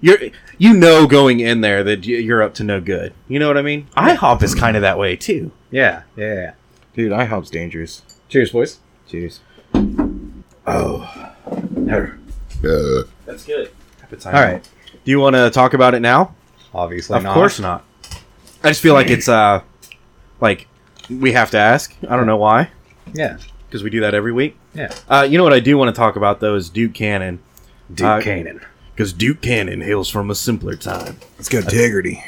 you're you know going in there that y- you're up to no good. You know what I mean? IHOP is kind of that way too.
Yeah, yeah. yeah.
Dude, IHOP's dangerous.
Cheers, boys.
Cheers.
That's good.
All right. Do you want to talk about it now?
Obviously,
of course not. I just feel like it's uh like we have to ask. I don't know why.
Yeah,
because we do that every week.
Yeah.
Uh, you know what I do want to talk about though is Duke Cannon
Duke
Uh,
Canaan.
because Duke Cannon hails from a simpler time,
Let's go Diggerty.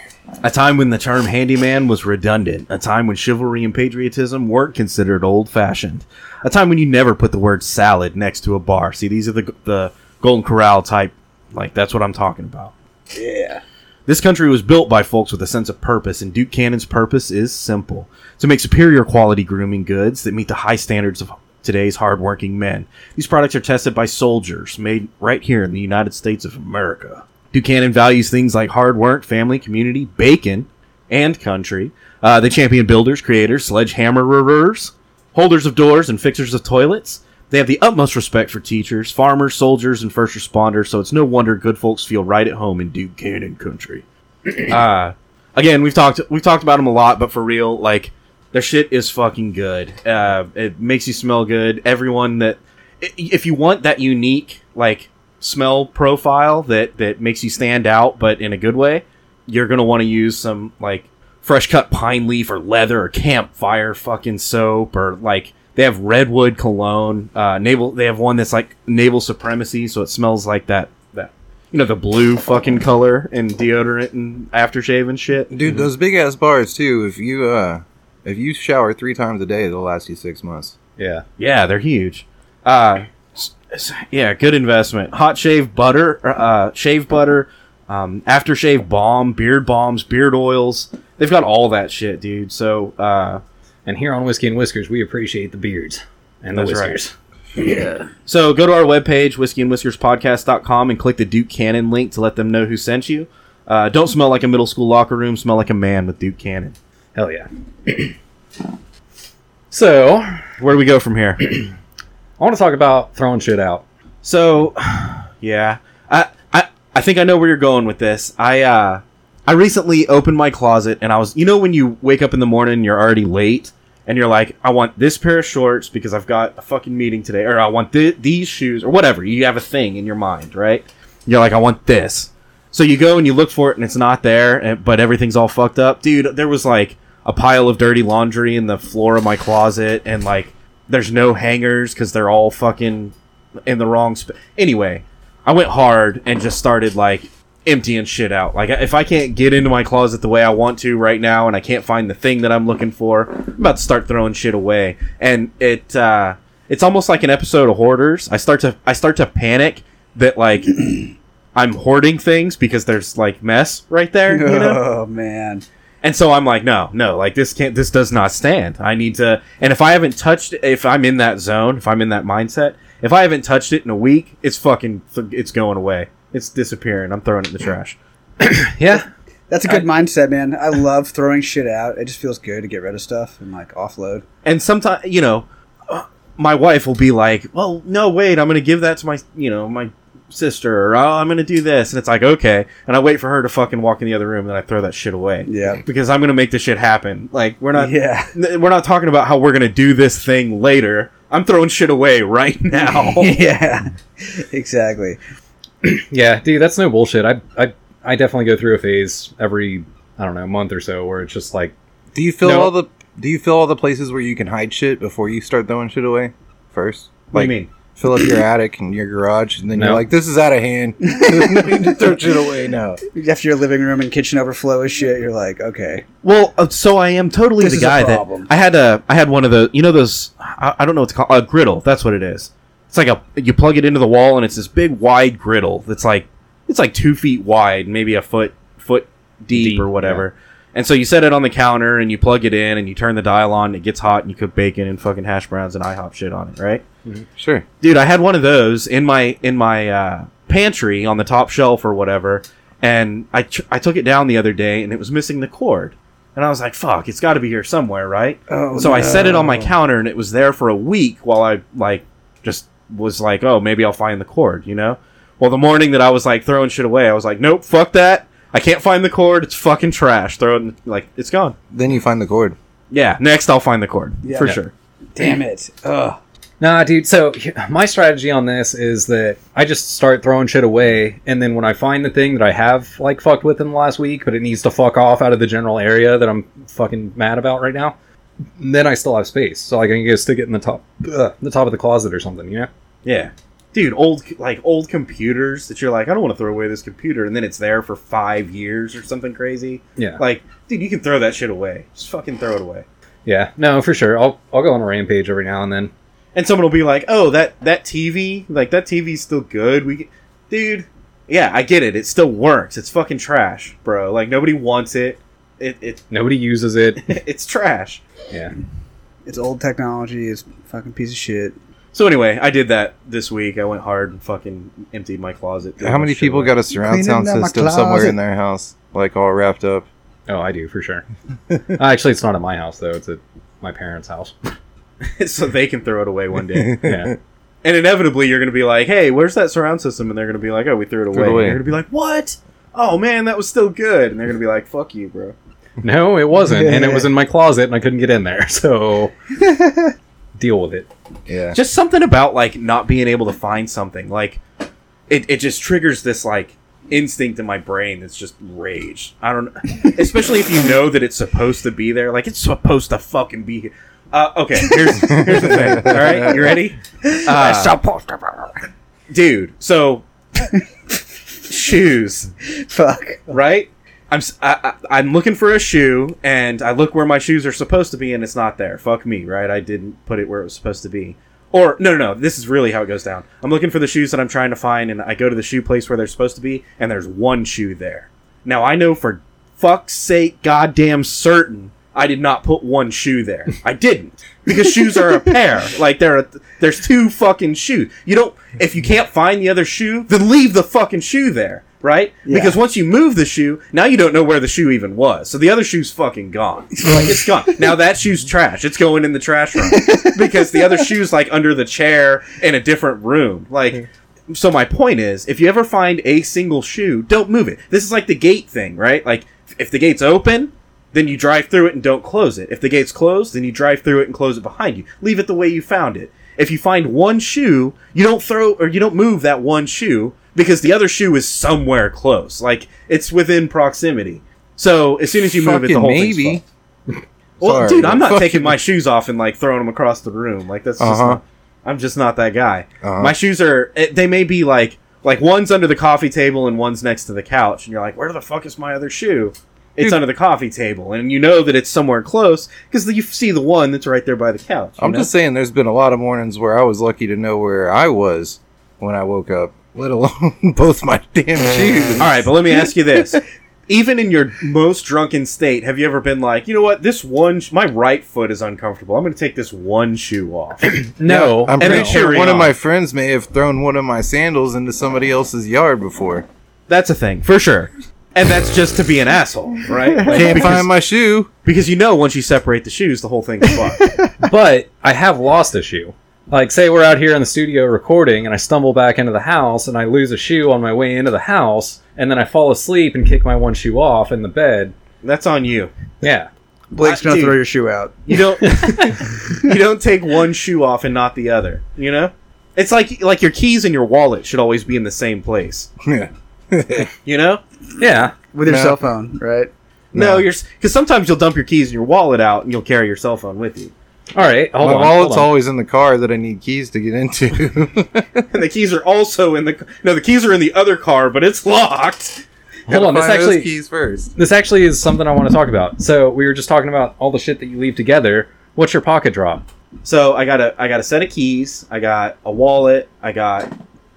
a time when the term handyman was redundant, a time when chivalry and patriotism weren't considered old-fashioned, a time when you never put the word salad next to a bar. See, these are the the Golden Corral type. Like that's what I'm talking about.
Yeah.
This country was built by folks with a sense of purpose, and Duke Cannon's purpose is simple to make superior quality grooming goods that meet the high standards of today's hardworking men. These products are tested by soldiers, made right here in the United States of America. Duke Cannon values things like hard work, family, community, bacon, and country. Uh, they champion builders, creators, sledgehammerers, holders of doors, and fixers of toilets. They have the utmost respect for teachers, farmers, soldiers, and first responders, so it's no wonder good folks feel right at home in Duke Cannon country. uh, again, we've talked we've talked about them a lot, but for real, like their shit is fucking good. Uh, it makes you smell good. Everyone that i- if you want that unique like smell profile that that makes you stand out, but in a good way, you're gonna want to use some like fresh cut pine leaf or leather or campfire fucking soap or like they have redwood cologne. Uh, naval they have one that's like naval supremacy, so it smells like that that you know the blue fucking color and deodorant and aftershave and shit.
Dude, those big ass bars too. If you uh, if you shower three times a day, they'll last you six months.
Yeah,
Yeah, they're huge. Uh, s- s- yeah, good investment. Hot shave butter, uh, shave butter, um, aftershave balm, beard balms, beard oils. They've got all that shit, dude. So uh,
and here on Whiskey and Whiskers, we appreciate the beards and the
That's right.
whiskers.
So go to our webpage, whiskeyandwhiskerspodcast.com, and click the Duke Cannon link to let them know who sent you. Uh, don't smell like a middle school locker room. Smell like a man with Duke Cannon.
Hell yeah. so, I
Where do we go from here?
want to talk about throwing shit out.
So, yeah, I, I I think I know where you're going with this. I uh, I recently opened my closet, and I was, you know, when you wake up in the morning, and you're already late, and you're like, I want this pair of shorts because I've got a fucking meeting today, or I want th- these shoes, or whatever. You have a thing in your mind, right? You're like, I want this. So you go and you look for it, and it's not there, and, but everything's all fucked up, dude. There was like a pile of dirty laundry in the floor of my closet, and like, there's no hangers because they're all fucking in the wrong spot. Anyway, I went hard and just started like emptying shit out. Like if I can't get into my closet the way I want to right now, and I can't find the thing that I'm looking for, I'm about to start throwing shit away. And it uh, it's almost like an episode of Hoarders. I start to I start to panic that like I'm hoarding things because there's like mess right there. You know?
Oh man.
And so I'm like, no, no, like this can't, this does not stand. I need to, and if I haven't touched, if I'm in that zone, if I'm in that mindset, if I haven't touched it in a week, it's fucking, it's going away. It's disappearing. I'm throwing it in the trash.
Yeah.
That's a good mindset, man. I love throwing shit out. It just feels good to get rid of stuff and like offload.
And sometimes, you know, uh, my wife will be like, well, no, wait, I'm going to give that to my, you know, my sister, or oh, I'm going to do this. And it's like, okay. And I wait for her to fucking walk in the other room, and then I throw that shit away.
Yeah.
Because I'm going to make this shit happen. Like, we're not,
Yeah.
N- we're not talking about how we're gonna do this thing later. I'm throwing shit away right now.
yeah. Exactly.
Yeah, dude, that's no bullshit. I, I, I definitely go through a phase every, I don't know, month or so where it's just like,
Do you fill
No.
all the Do you fill all the places where you can hide shit before you start throwing shit away first?
what do you mean?
Fill up your attic and your garage, and then
No.
you're like, "This is out of hand. Need to throw shit away now."
After your living room and kitchen overflow is shit, you're like, okay.
Well, uh, so I am totally
This
the
is a
guy that
problem.
I had a I had one of the you know those I, I don't know what to call a griddle. That's what it is. It's like a you plug it into the wall and it's this big wide griddle that's like it's like two feet wide, maybe a foot foot deep,
Deep,
or whatever. And so you set it on the counter and you plug it in and you turn the dial on. And it gets hot and you cook bacon and fucking hash browns and IHOP shit on it, right?
Sure.
dude i had one of those in my in my uh, pantry on the top shelf or whatever and I, tr- I took it down the other day and it was missing the cord and i was like fuck it's got to be here somewhere right
Oh,
so i set it on my
no.
counter and it was there for a week while i like just was like oh maybe i'll find the cord you know well the morning that i was like throwing shit away i was like nope fuck that i can't find the cord it's fucking trash throw it in the- like it's gone
Then you find the cord.
yeah next i'll find the cord
Yeah.
for
Yeah.
sure
Damn it. Ugh.
Nah, dude. So my strategy on this is that I just start throwing shit away, and then when I find the thing that I have like fucked with in the last week, but it needs to fuck off out of the general area that I'm fucking mad about right now, then I still have space, so like I can go stick it in the top, ugh, the top of the closet or something. You know?
Yeah. Dude, old like old computers that you're like, I don't want to throw away this computer, and then it's there for five years or something crazy.
Yeah.
Like, dude, you can throw that shit away. Just fucking throw it away.
Yeah. No, for sure. I'll I'll go on a rampage every now and then.
And someone will be like, Oh, that that TV, like that TV's still good. We, can-" dude, yeah, I get it. It still works. It's fucking trash, bro. Like nobody wants it. It it
Nobody uses it.
it's trash.
Yeah.
It's old technology. It's fucking piece of shit.
So anyway, I did that this week. I went hard and fucking emptied my closet.
How many people got a surround
Cleaning
sound
up my
system somewhere in
closet.
their house, like all wrapped up?
Oh, I do for sure. Uh, Actually, it's not at my house though. It's at my parents' house.
so they can throw it away one day?
Yeah.
And inevitably, you're going to be like, "Hey, where's that surround system?" And they're going to be like, "Oh, we threw it away."
Threw it away.
And you're going to be like, "What? Oh man, that was still good." And they're going to be like, "Fuck you, bro."
No, it wasn't, and it was in my closet, and I couldn't get in there. So deal with it.
Yeah.
Just something about like not being able to find something. Like it, it just triggers this like instinct in my brain that's just rage. I don't, especially if you know that it's supposed to be there. Like it's supposed to fucking be here. Uh, okay, here's here's the thing. All right, you ready? Uh, dude. So shoes.
Fuck.
right? I'm s- I, am looking for a shoe, and I look where my shoes are supposed to be, and it's not there. Fuck me, right? I didn't put it where it was supposed to be. Or no, no, no. This is really how it goes down. I'm looking for the shoes that I'm trying to find, and I go to the shoe place where they're supposed to be, and there's one shoe there. Now I know for fuck's sake, goddamn certain, I did not put one shoe there. I didn't because shoes are a pair. Like there, are, there's two fucking shoes. You don't. If you can't find the other shoe, then leave the fucking shoe there. right?
Yeah.
Because once you move the shoe, now you don't know where the shoe even was. So the other shoe's fucking gone. Like it's gone. Now that shoe's trash. It's going in the trash room because the other shoe's like under the chair in a different room. Like so my point is, if you ever find a single shoe, don't move it. This is like the gate thing, right? Like if the gate's open, then you drive through it and don't close it. If the gate's closed, then you drive through it and close it behind you. Leave it the way you found it. If you find one shoe, you don't throw or you don't move that one shoe because the other shoe is somewhere close. Like it's within proximity. So as soon as you move it, the
Fucking
whole thing's
maybe.
fucked. Well,
Sorry,
dude, I'm
but
not
fucking-
taking my shoes off and like throwing them across the room. Like that's just
Uh-huh.
not, I'm just not that guy.
Uh-huh.
My shoes are eh, they may be like like one's under the coffee table and one's next to the couch, and you're like, where the fuck is my other shoe? It's
Dude.
under the coffee table, and you know that it's somewhere close because you see the one that's right there by the couch. you
I'm
know?
just saying, there's been a lot of mornings where I was lucky to know where I was when I woke up, let alone both my damn shoes.
All right, but let me ask you this. Even in your most drunken state, have you ever been like, you know what, this one, sh- my right foot is uncomfortable. I'm going to take this one shoe off.
No,
I'm
and
pretty
then
sure
carry
one of
on.
my friends may have thrown one of my sandals into somebody else's yard before.
That's a thing, for sure. And that's just to be an asshole, right? Like,
Can't
because,
find my shoe.
because you know once you separate the shoes, the whole thing's fucked.
but I have lost a shoe. Like, say we're out here in the studio recording, and I stumble back into the house, and I lose a shoe on my way into the house, and then I fall asleep and kick my one shoe off in the bed.
that's on you.
Yeah,
Blake's
Uh,
gonna
dude.
throw your shoe out.
You don't you don't take one shoe off and not the other, you know? It's like like your keys and your wallet should always be in the same place,
Yeah.
you know?
yeah.
With your
No.
cell phone, right?
No,
No.
you're because sometimes you'll dump your keys and your wallet out, and you'll carry your cell phone with you.
All right, hold
my
on.
wallet's
hold on.
always in the car that I need keys to get into.
And the keys are also in the no, the keys are in the other car, but it's locked.
Hold on, this actually-
keys first.
This actually is something I want to talk about. So we were just talking about all the shit that you leave together. What's your pocket drop?
So I got a I got a set of keys, I got a wallet, I got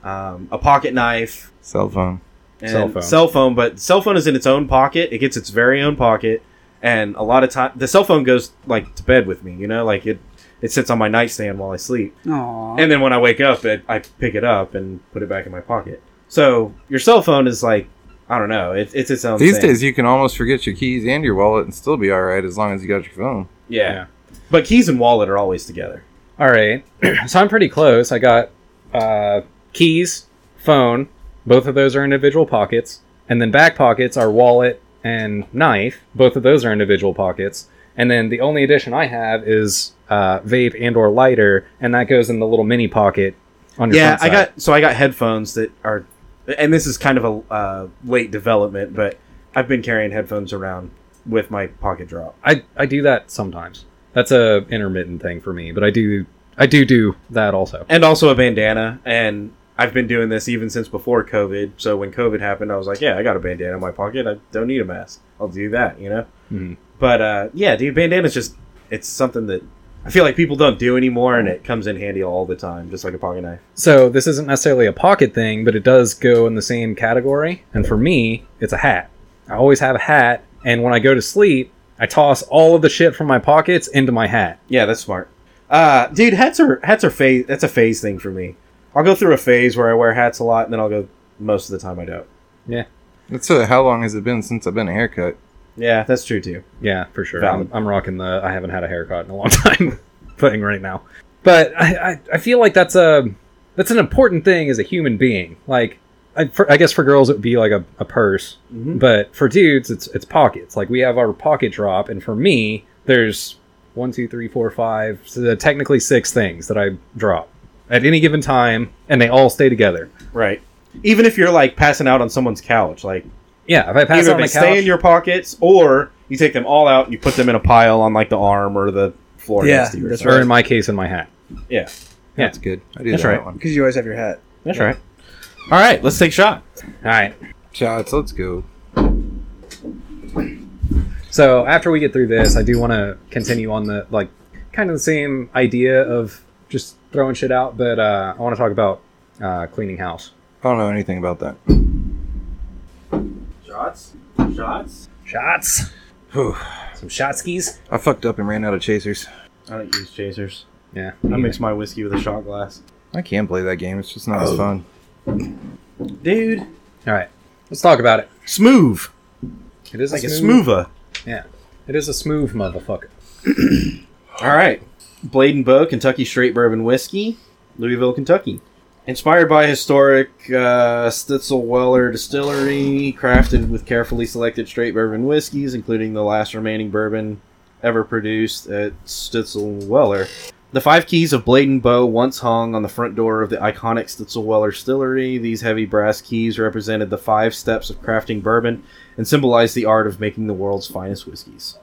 um, a pocket knife,
Cell phone.
and
Cell phone.
Cell phone, but cell phone is in its own pocket. It gets its very own pocket, and a lot of time the cell phone goes like to bed with me. You know, like it it sits on my nightstand while I sleep.
Aww.
And then when I wake up, it, I pick it up and put it back in my pocket. So your cell phone is like, I don't know, it, it's its own.
These
thing.
days, you can almost forget your keys and your wallet and still be all right as long as you got your phone.
yeah.
Yeah.
But keys and wallet are always together.
All right, so I'm pretty close. I got uh, keys, phone. Both of those are individual pockets, and then back pockets are wallet and knife. Both of those are individual pockets, and then the only addition I have is uh, vape and or lighter, and that goes in the little mini pocket on your.
yeah,
front
I
side.
got so I got headphones that are, and this is kind of a uh, late development, but I've been carrying headphones around with my pocket drop.
I I do that sometimes. That's a intermittent thing for me, but I do I do do that also.
and also a bandana and i've been doing this even since before covid so when covid happened i was like yeah i got a bandana in my pocket i don't need a mask i'll do that you know
Mhm.
but uh, yeah dude bandana's just it's something that i feel like people don't do anymore and it comes in handy all the time just like a pocket knife
So this isn't necessarily a pocket thing, but it does go in the same category. And for me, it's a hat. I always have a hat, and when I go to sleep, I toss all of the shit from my pockets into my hat.
yeah that's smart uh, dude hats are hats are phase that's a phase thing for me i'll go through a phase where i wear hats a lot and then i'll go most of the time i don't
That's uh, how long has it been since I've been a haircut?
yeah that's true too
Yeah, for sure.
Valid.
I'm, I'm rocking the I haven't had a haircut in a long time thing right now. But I, I, I feel like that's a that's an important thing as a human being. Like I, for, I guess for girls it would be like a, a purse,
Mhm.
but for dudes it's it's pockets. Like we have our pocket drop, and for me there's one, two, three, four, five, so technically six things that I drop at any given time, and they all stay together.
right even if you're like passing out on someone's couch like
Yeah, if I pass
either
out on
they
the
stay in
couch,
your pockets or you take them all out and you put them in a pile on like the arm or the floor
Yeah,
next to you. or
that's
or
something.
in my case, in my hat.
Yeah,
Yeah.
That's good. I do
That's
that
right.
one.
Because you always have your hat.
that's right. All right, let's take a shot.
All right.
Shots, let's go.
So after we get through this, I do want to continue on the like kind of the same idea of just throwing shit out, but uh, I want to talk about uh, cleaning house.
I don't know anything about that.
Shots? Shots?
Shots,
Whew.
some shot skis.
I fucked up and ran out of chasers.
I don't use chasers.
Yeah,
I mix my whiskey with a shot glass.
I can play that game. It's just not as fun.
Dude,
All right, Let's talk about it.
Smooth.
It is
Like a smoover.
Yeah, it is a smooth motherfucker.
All right. Blade and Bow, Kentucky Straight Bourbon Whiskey, Louisville, Kentucky. Inspired by historic uh, Stitzel Weller Distillery, crafted with carefully selected straight bourbon whiskeys, including the last remaining bourbon ever produced at Stitzel Weller. The five keys of Blade and Bow once hung on the front door of the iconic Stitzel Weller Distillery. These heavy brass keys represented the five steps of crafting bourbon and symbolized the art of making the world's finest whiskeys.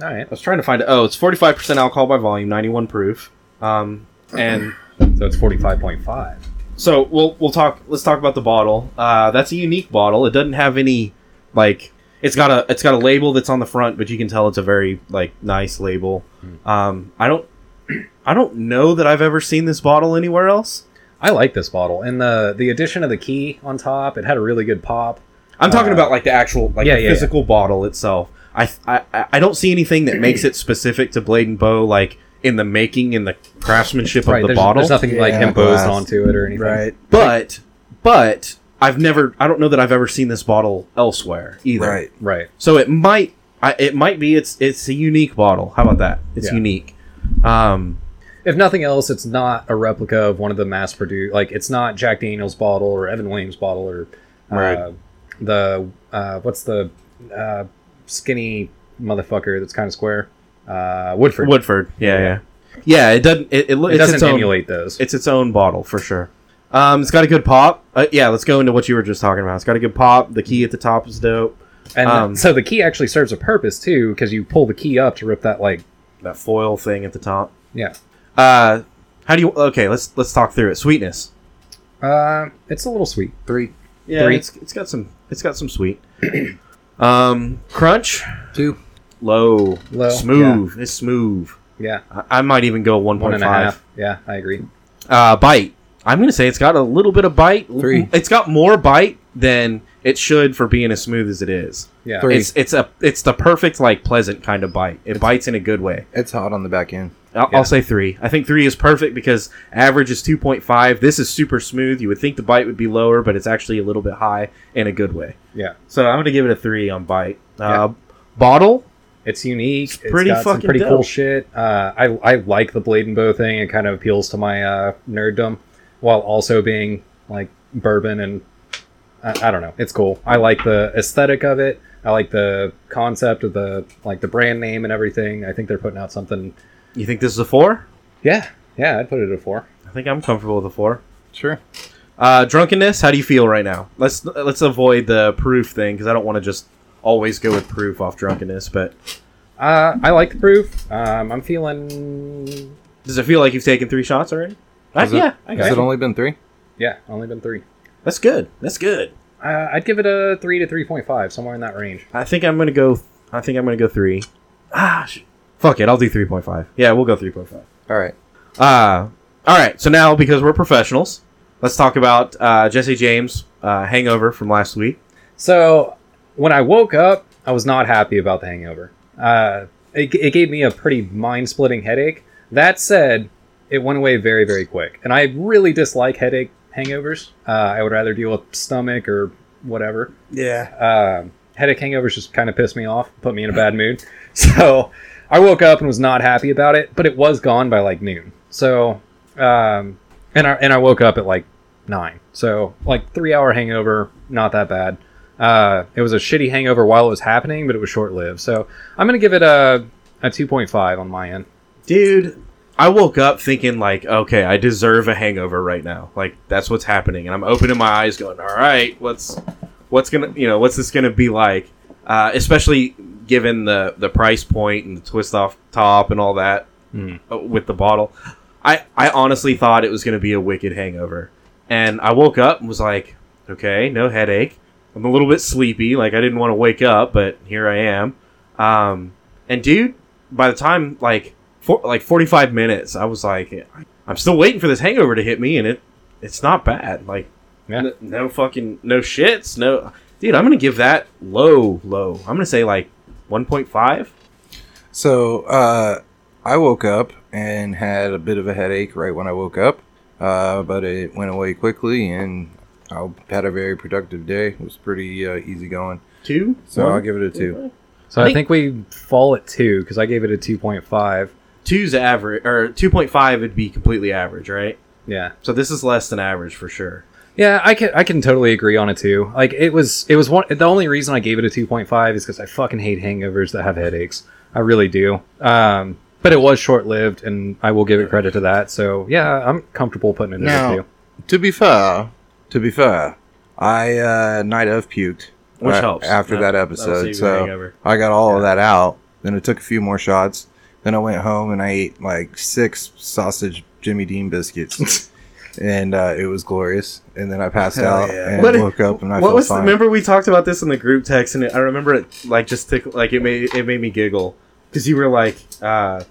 All right,
I was trying to find it. Oh, it's 45% alcohol by volume, 91 proof. Um, and
so it's forty five point five.
so we'll we'll talk. Let's talk about the bottle. Uh, that's a unique bottle. It doesn't have any like. It's got a it's got a label that's on the front, but you can tell it's a very like nice label.
Hmm.
Um, I don't I don't know that I've ever seen this bottle anywhere else.
I like this bottle, and the the addition of the key on top. It had a really good pop.
I'm talking
Uh,
about like the actual like
yeah,
the
yeah, yeah.
physical bottle itself. I, I I don't see anything that makes it specific to Blade and Bow like in the making and the craftsmanship
Right,
of the
there's,
bottle.
there's nothing like
Yeah,
imposed
glass.
onto it or anything.
Right.
but but I've never I don't know that I've ever seen this bottle elsewhere either.
Right.
right.
So it might I, it might be it's it's a unique bottle. How about that? It's
Yeah.
unique. Um,
If nothing else, it's not a replica of one of the mass produced. Like it's not Jack Daniel's bottle or Evan Williams bottle or uh,
Right.
the uh, what's the uh, skinny motherfucker that's kind of square. Uh, Woodford.
Woodford. Yeah, yeah, yeah. It doesn't. It, it, lo-
it
it's
doesn't
its own,
emulate those.
It's its own bottle for sure. Um, it's got a good pop. Uh, yeah, let's go into what you were just talking about. It's got a good pop. The key at the top is dope.
and
um,
so the key actually serves a purpose too, because you pull the key up to rip that like
That foil thing at the top.
yeah.
Uh, how do you? Okay, let's let's talk through it. Sweetness.
Uh, it's a little sweet.
Three.
Yeah,
Three.
it's it's got some it's got some sweet. um, crunch
Two.
low,
Low,
smooth. It's smooth.
Yeah,
I, I might even go one
one
point
and a half.
five.
Yeah, I agree.
Uh, bite. I'm gonna say it's got a little bit of bite.
Three.
It's got more bite than it should for being as smooth as it is.
Yeah,
Three.
It's it's a it's the perfect like pleasant kind of bite. It bites in a good way.
It's hot on the back end.
I'll,
Yeah.
I'll say three. I think three is perfect because average is two point five. This is super smooth. You would think the bite would be lower, but it's actually a little bit high in a good way.
yeah.
So I'm gonna give it a three on bite. Uh,
Yeah.
Bottle.
It's unique. It's
pretty
got some
fucking
pretty cool
dope.
shit. Uh, I I like the blade and bow thing. It kind of appeals to my uh, nerddom, while also being like bourbon and I, I don't know. It's cool. I like the aesthetic of it. I like the concept of the like the brand name and everything. I think they're putting out something.
You think this is a four?
Yeah, yeah. I'd put it at a four.
I think I'm comfortable with a four.
Sure.
Uh, drunkenness. How do you feel right now? Let's let's avoid the proof thing because I don't want to just always go with proof off drunkenness. But
Uh, I like the proof. Um, I'm feeling
does it feel like you've taken three shots already? Uh,
Is it-
yeah, I
Has
got
it
you.
only been three?
yeah. Only been three.
That's good. That's good.
Uh, I'd give it a three to three point five, somewhere in that range.
I think I'm gonna go. I think I'm gonna go three. Ah, sh- fuck it. I'll do three point five. Yeah, we'll go three point five.
All right.
Uh, all right. So now because we're professionals, let's talk about uh, Jesse James uh, hangover from last week.
So when I woke up, I was not happy about the hangover. Uh, it, it gave me a pretty mind splitting headache. That said, it went away very, very quick. And I really dislike headache hangovers. Uh, I would rather deal with stomach or whatever.
Yeah.
Um headache hangovers just kind of pissed me off, put me in a bad mood. So I woke up and was not happy about it, but it was gone by like noon. So, um, and I and I woke up at like nine. So like three hour hangover, not that bad. Uh, it was a shitty hangover while it was happening, but it was short lived. So I'm gonna give it a a two point five on my end.
dude i woke up thinking like okay i deserve a hangover right now like that's what's happening and i'm opening my eyes going all right what's what's gonna you know what's this gonna be like uh, especially given the the price point and the twist off top and all that
Mm.
uh, with the bottle i i honestly thought it was gonna be a wicked hangover and i woke up and was like okay no headache i'm a little bit sleepy like i didn't want to wake up but here i am um and dude by the time like for, like 45 minutes i was like i'm still waiting for this hangover to hit me and it it's not bad like
Yeah.
n- no fucking no shits no dude i'm gonna give that low low i'm gonna say like 1.5
So uh, I woke up and had a bit of a headache right when I woke up, uh, but it went away quickly, and I had a very productive day. It was pretty uh, easy going.
Two.
So
One?
I'll give it a two.
So I
Wait.
think we fall at two because I gave it a two point five.
Two's average, or two point five would be completely average, right?
Yeah,
So this is less than average for sure.
yeah, I can I can totally agree on a two. Like it was it was one. The only reason I gave it a two point five is because I fucking hate hangovers that have headaches. I really do. Um, but it was short lived, and I will give it credit to that. So yeah, I'm comfortable putting it at
Now-
a two.
To be fair, to be fair, I uh, night of puked,
Which
uh,
helps.
after
Yeah,
that
that'll save
episode.
your
So
hangover.
I got all of that out. Then I took a few more shots. Then I went home and I ate like six sausage Jimmy Dean biscuits, and uh, it was glorious. And then I passed
Hell
out
yeah.
and
What-
woke up and I
what
felt
was
fine.
remember we talked about this in the group text and it, i remember it like just tick, like it made it made me giggle because you were like uh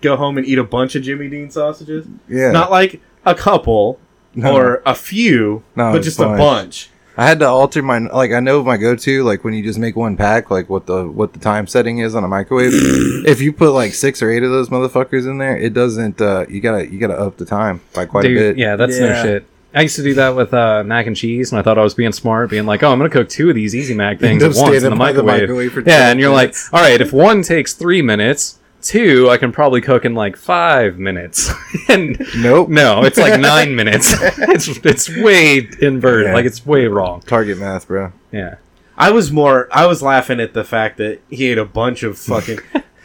go home and eat a bunch of jimmy dean sausages
yeah,
not like a couple
No.
or a few
No,
but
it's
just a
fine.
bunch
I had to alter my like I know my go to like when you just make one pack like what the what the time setting is on a microwave. if you put like six or eight of those motherfuckers in there, it doesn't. uh You gotta you gotta up the time by quite
Dude,
a bit.
yeah, that's no
Yeah.
shit. I used to do that with uh, mac and cheese, and I thought I was being smart, being like, "Oh, I'm gonna cook two of these Easy Mac things
End
at
up
once in
standing
the
by the
microwave."
microwave for
yeah,
10
and you're like, "All right, if one takes three minutes, two I can probably cook in like five minutes." and
Nope.
no, it's like nine minutes. It's it's way inverted,
Yeah.
like it's way wrong.
Target math, bro.
Yeah,
i was more i was laughing at the fact that he ate a bunch of fucking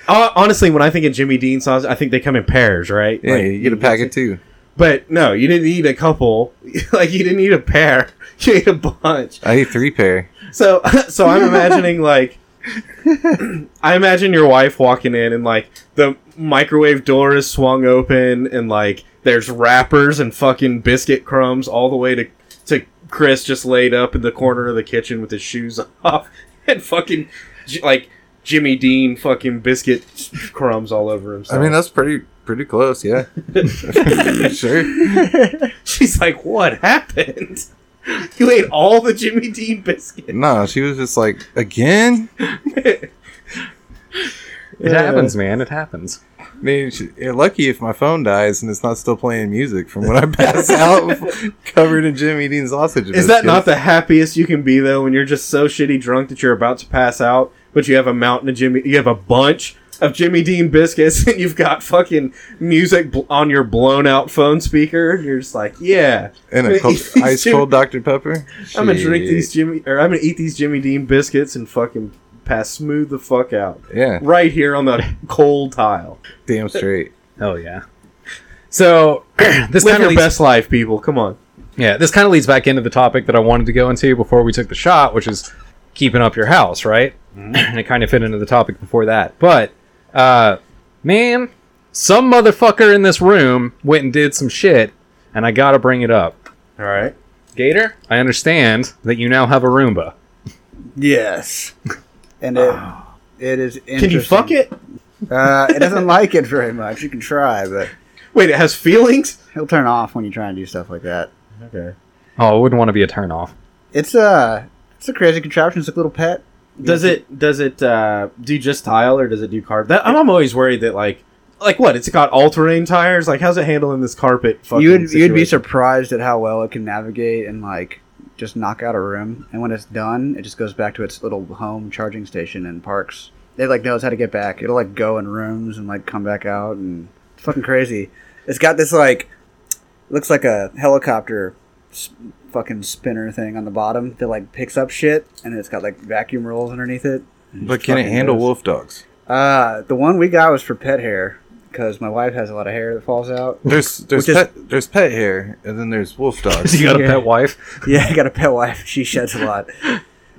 Hon- honestly when i think of jimmy dean sausage i think they come in pairs right
Yeah,
Like,
you get a packet too.
but no you didn't eat a couple like you didn't eat a pair you ate a bunch
I ate three pair.
So so I'm imagining like I imagine your wife walking in and like the microwave door is swung open and like there's wrappers and fucking biscuit crumbs all the way to to Chris just laid up in the corner of the kitchen with his shoes off and fucking j- like Jimmy Dean fucking biscuit crumbs all over himself.
I mean, that's pretty pretty close. Yeah, sure.
she's like, "What happened? You ate all the Jimmy Dean biscuit."
No, she was just like again.
it happens, man. It happens.
I mean, she, yeah, lucky if my phone dies and it's not still playing music from when I pass out, covered in Jim eating sausage.
Is that not the happiest you can be though when you're just so shitty drunk that you're about to pass out, but you have a mountain of Jimmy, you have a bunch of Jimmy Dean biscuits, and you've got fucking music bl- on your blown out phone speaker, and you're just like, yeah,
And a cold,
These
ice
Jimmy-
cold Dr. Pepper.
I'm gonna drink
Shit.
these Jimmy, or I'm gonna eat these Jimmy Dean biscuits and fucking pass smooth the fuck out
Yeah,
right here on the cold tile.
damn straight.
Hell yeah. So this
Live
kind of
your
leads
best life, people. Come on.
Yeah, this kind of leads back into the topic that I wanted to go into before we took the shot, which is keeping up your house, right? and it kind of fit into the topic before that. But, uh, man, some motherfucker in this room went and did some shit, and I gotta bring it up.
All right.
Gator, I understand that you now have a Roomba.
Yes. And it, it is interesting.
Can you fuck it?
Uh, it doesn't like it very much. You can try, but
Wait, it has feelings.
he'll turn off when you try and do stuff like that.
Okay.
Oh, it wouldn't want to be a turnoff.
It's a it's a crazy contraption. It's like a little pet.
Does it does it uh, do just tile or does it do carpet? That, I'm, I'm always worried that like like what it's got all terrain tires. Like how's it handling this carpet? Fucking
you would you'd be
situation?
surprised at how well it can navigate and like just knock out a room. And when it's done, it just goes back to its little home charging station and parks. It like knows how to get back. It'll like go in rooms and like come back out and it's fucking crazy. It's got this like looks like a helicopter s- fucking spinner thing on the bottom that like picks up shit and it's got like vacuum rolls underneath it.
But can it
fucking
handle
does.
wolf dogs?
Uh, the one we got was for pet hair because my wife has a lot of hair that falls out.
There's there's
Which is-
pet, there's pet hair, and then there's wolf dogs.
You got a
Yeah.
pet wife?
Yeah, I got a pet wife. She sheds a lot.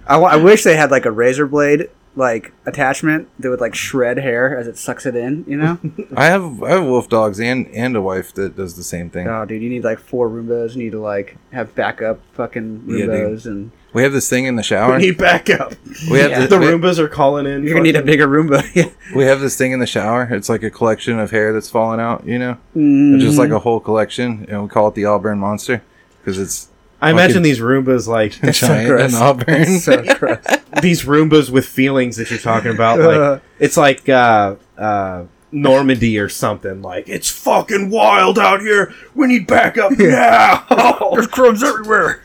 I, wa- I wish they had like a razor blade like attachment that would like shred hair as it sucks it in. You know?
I have I have wolf dogs and and a wife that does the same thing.
oh, dude, you need like four Roombas. You need to like have backup fucking
Yeah, dude.
Roombas, and
We have this thing in the
We
shower.
need backup.
We have
Yeah.
thi-
The
we-
Roombas are calling in.
you're gonna need a
fucking-
bigger Roomba. yeah.
We have this thing in the shower. It's like a collection of hair that's falling out. You know,
mm
It's just like a whole collection, and we call it the Auburn Monster because it's
I imagine
fucking-
these Roombas like
giant
gross.
and Auburn.
so gross.
these Roombas with feelings that you're talking about. Like it's like uh, uh, Normandy or something. Like it's fucking wild out here. We need backup now.
There's crumbs everywhere.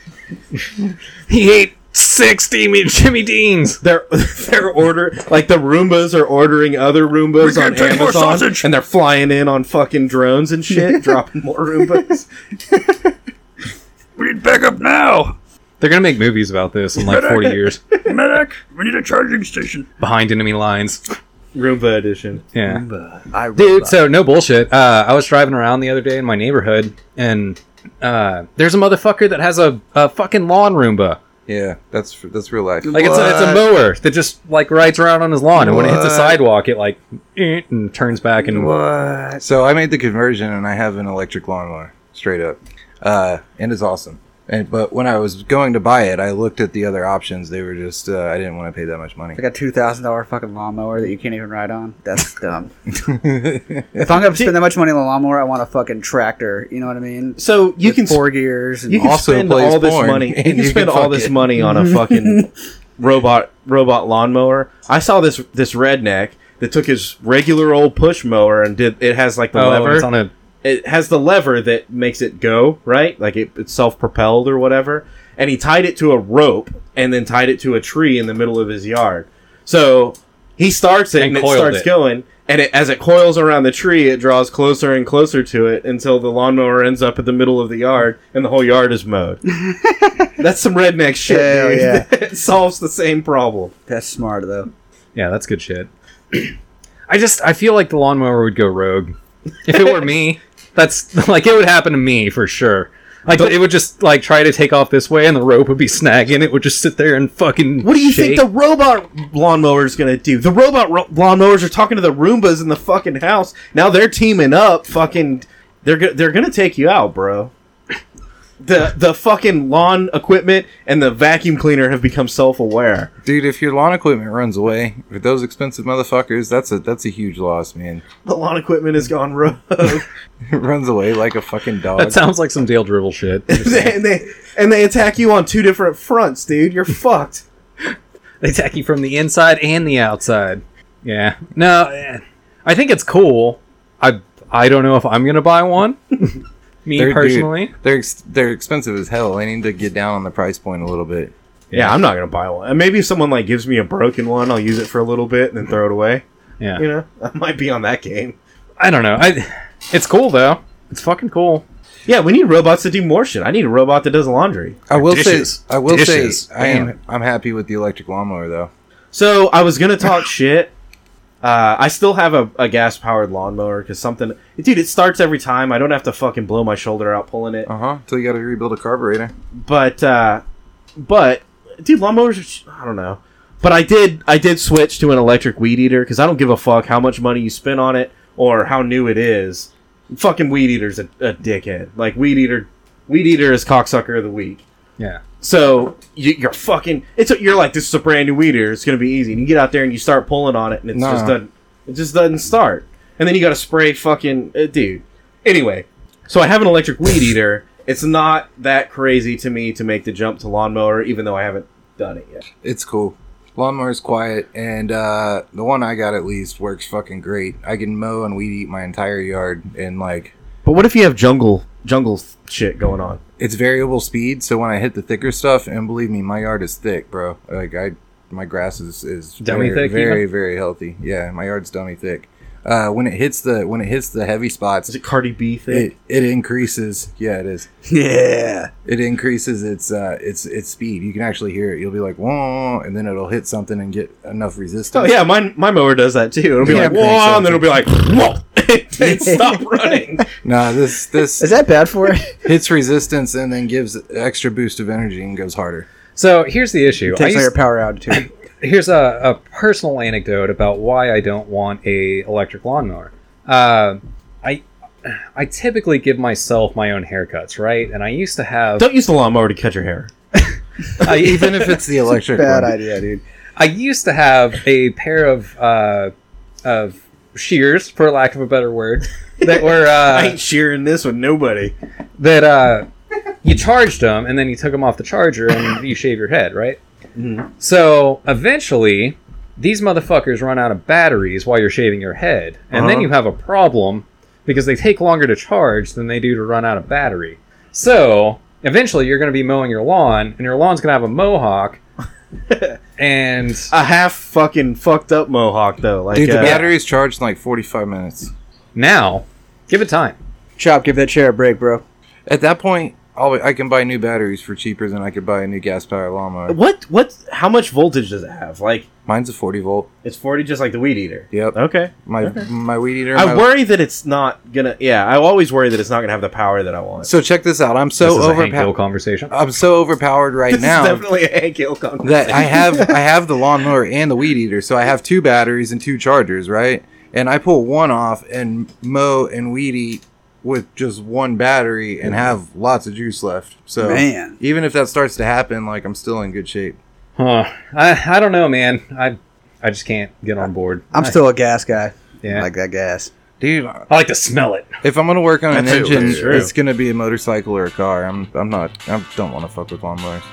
he ate six Jimmy, Jimmy Deans.
They're they're order like the Roombas are ordering other Roombas
We
on
can't take more
Amazon,
sausage.
and they're flying in on fucking drones and shit, dropping more Roombas.
We need backup now,
They're gonna make movies about this in like 40 years.
medic. We need a charging station.
Behind enemy lines.
Roomba edition.
Yeah.
I
Dude, so no bullshit. Uh, I was driving around the other day in my neighborhood, and uh, there's a motherfucker that has a, a fucking lawn Roomba.
Yeah, that's that's real life.
Like it's a, it's a
What?
mower that just like rides around on his lawn, and when it hits the
What?
sidewalk, it like eh, and turns back and
what?
So I made the conversion and I have an electric lawnmower, straight up, uh, and it's awesome. And but when I was going to buy it, I looked at the other options. They were just uh, I didn't want to pay that much money.
Like a two thousand dollar fucking lawnmower that you can't even ride on. That's dumb. if I'm gonna spend that much money on a lawnmower, I want a fucking tractor. You know what I mean?
So you
With
can
four gears. And
you can
also
spend
plays
all this
porn,
money. You
and
can
you
spend
can
all
fuck
this
it.
money on a fucking robot robot lawnmower. I saw this this redneck that took his regular old push mower and did it has like the
oh,
lever
it's on a
it has the lever that makes it go right like it, it's self-propelled or whatever and he tied it to a rope and then tied it to a tree in the middle of his yard so he starts it
And
and, it
coiled
starts
it.
going and it, as it coils around the tree it draws closer and closer to it until the lawnmower ends up at the middle of the yard and the whole yard is mowed that's some redneck shit
Hell
dude.
yeah.
it solves the same problem
That's smart though.
yeah, that's good shit. I just I feel like the lawnmower would go rogue. If it were me, that's like it would happen to me for sure. Like it would just like try to take off this way, and the rope would be snagging. It would just sit there and fucking.
What do you
shake.
think the robot lawnmower is going to do? The robot ro- lawnmowers are talking to the Roombas in the fucking house. Now they're teaming up. Fucking, they're go- they're going to take you out, bro. The the fucking lawn equipment and the vacuum cleaner have become self aware.
Dude, if your lawn equipment runs away, with those expensive motherfuckers, that's a that's a huge loss, man.
The lawn equipment has gone rogue,
It runs away like a fucking dog.
That sounds like some Dale Dribble shit.
and they and they attack you on two different fronts, dude. You're fucked.
They attack you from the inside and the outside. Yeah. No, eh, I think it's cool. I I don't know if I'm gonna buy one. Me
They're- dude,
personally.
they're ex- they're expensive as hell. They need to get down on the price point a little bit.
Yeah, I'm not gonna buy one. And maybe if someone like gives me a broken one, I'll use it for a little bit and then throw it away.
Yeah.
You know, I might be on that game.
I don't know. I. It's cool though. It's fucking cool.
Yeah, we need robots to do more shit. I need a robot that does laundry.
I will
dishes.
say I will
Dishes.
say I am I'm happy with the electric lawnmower though.
So I was gonna talk shit. Uh, I still have a, a gas powered lawnmower because something, dude, it starts every time. I don't have to fucking blow my shoulder out pulling it.
Uh
Uh-huh.
huh. So you got to rebuild a carburetor.
But uh, but dude, lawnmowers, are, sh- I don't know. But I did I did switch to an electric weed eater because I don't give a fuck how much money you spend on it or how new it is. Fucking weed eater's a, a dickhead. Like weed eater, weed eater is cocksucker of the week.
Yeah.
So you, you're fucking. It's a, you're like this is a brand new weed eater. It's gonna be easy. And you get out there and you start pulling on it, and it's
Nah.
just doesn't. It just doesn't start. And then you gotta spray fucking uh, dude. Anyway, so I have an electric weed eater. It's not that crazy to me to make the jump to lawnmower, even though I haven't done it yet.
It's cool. Lawnmower's quiet, and uh, the one I got at least works fucking great. I can mow and weed eat my entire yard, and like
But what if you have jungle jungle shit going on?
it's variable speed. So when I hit the thicker stuff, and believe me, my yard is thick, bro. Like I, my grass is is
Dummy
very,
thick,
very very healthy. Yeah, my yard's dummy thick. Uh, when it hits the when it hits the heavy spots,
Is
it
it Cardi B thing?
it, increases. Yeah, it is.
Yeah.
It increases its uh its its speed. You can actually hear it. You'll be like whoa, and then it'll hit something and get enough resistance.
Oh yeah, my my mower does that too. It'll be
Yeah,
like
great
whoa,
something.
and then it'll be like whoa, and stop running.
Nah, this this
Is that bad for it?
hits resistance and then gives extra boost of energy and goes harder.
So here's the issue. I
Takes
used-
all your power out too.
here's a, a personal anecdote about why I don't want a electric lawnmower. Uh, I I typically give myself my own haircuts, right? And I used to have
Don't use the lawnmower to cut your hair.
I,
Even if it's the electric
Bad
one.
idea, dude.
I used to have a pair of uh, of shears, for lack of a better word, that were
I
uh,
ain't sharing this with nobody.
that uh, you charged them and then you took them off the charger and you shave your head, right? So eventually, these motherfuckers run out of batteries while you're shaving your head, and then
Uh-huh.
you have a problem because they take longer to charge than they do to run out of battery. So eventually you're going to be mowing your lawn, and your lawn's going to have a mohawk, and
A half fucking fucked up mohawk though. Like
Dude, the
uh,
battery's charged in like 45 minutes.
now give it time.
Chop, give that chair a break, bro.
At that point, I'll, I can buy new batteries for cheaper than I could buy a new gas powered lawnmower.
What what how much voltage does it have? Like
Mine's a 40 volt.
it's 40 just like the weed eater.
Yep.
Oh, Okay.
My my weed eater.
I
my-
worry that it's not going to Yeah, I always worry that it's not going to have the power that I want.
So check this out. I'm so
this is a Hank Hill
overpowered.
conversation.
I'm so overpowered right
This is
now
definitely a Hank Hill conversation.
that I have I have the lawnmower and the weed eater, so I have two batteries and two chargers, right? And I pull one off and mow and weed eat with just one battery and have lots of juice left. So
Man.
even if that starts to happen, like I'm still in good shape.
Huh. I I don't know, man. I I just can't get on board.
I'm still a gas guy.
yeah.
Like that gas.
Dude,
I like to smell it.
if I'm gonna work on an
That's true,
engine,
that's true.
it's gonna be a motorcycle or a car. I'm I'm not I don't want to fuck with lawnmowers.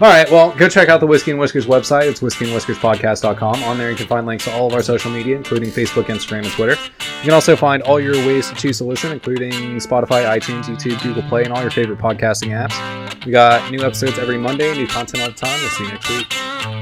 All right, well, go check out the Whiskey and Whiskers website. It's whiskeyandwhiskerspodcast.com. On there, you can find links to all of our social media, including Facebook, Instagram, and Twitter. You can also find all your ways to choose to listen, including Spotify, iTunes, YouTube, Google Play, and all your favorite podcasting apps. We got new episodes every Monday, new content all the time. We'll see you next week.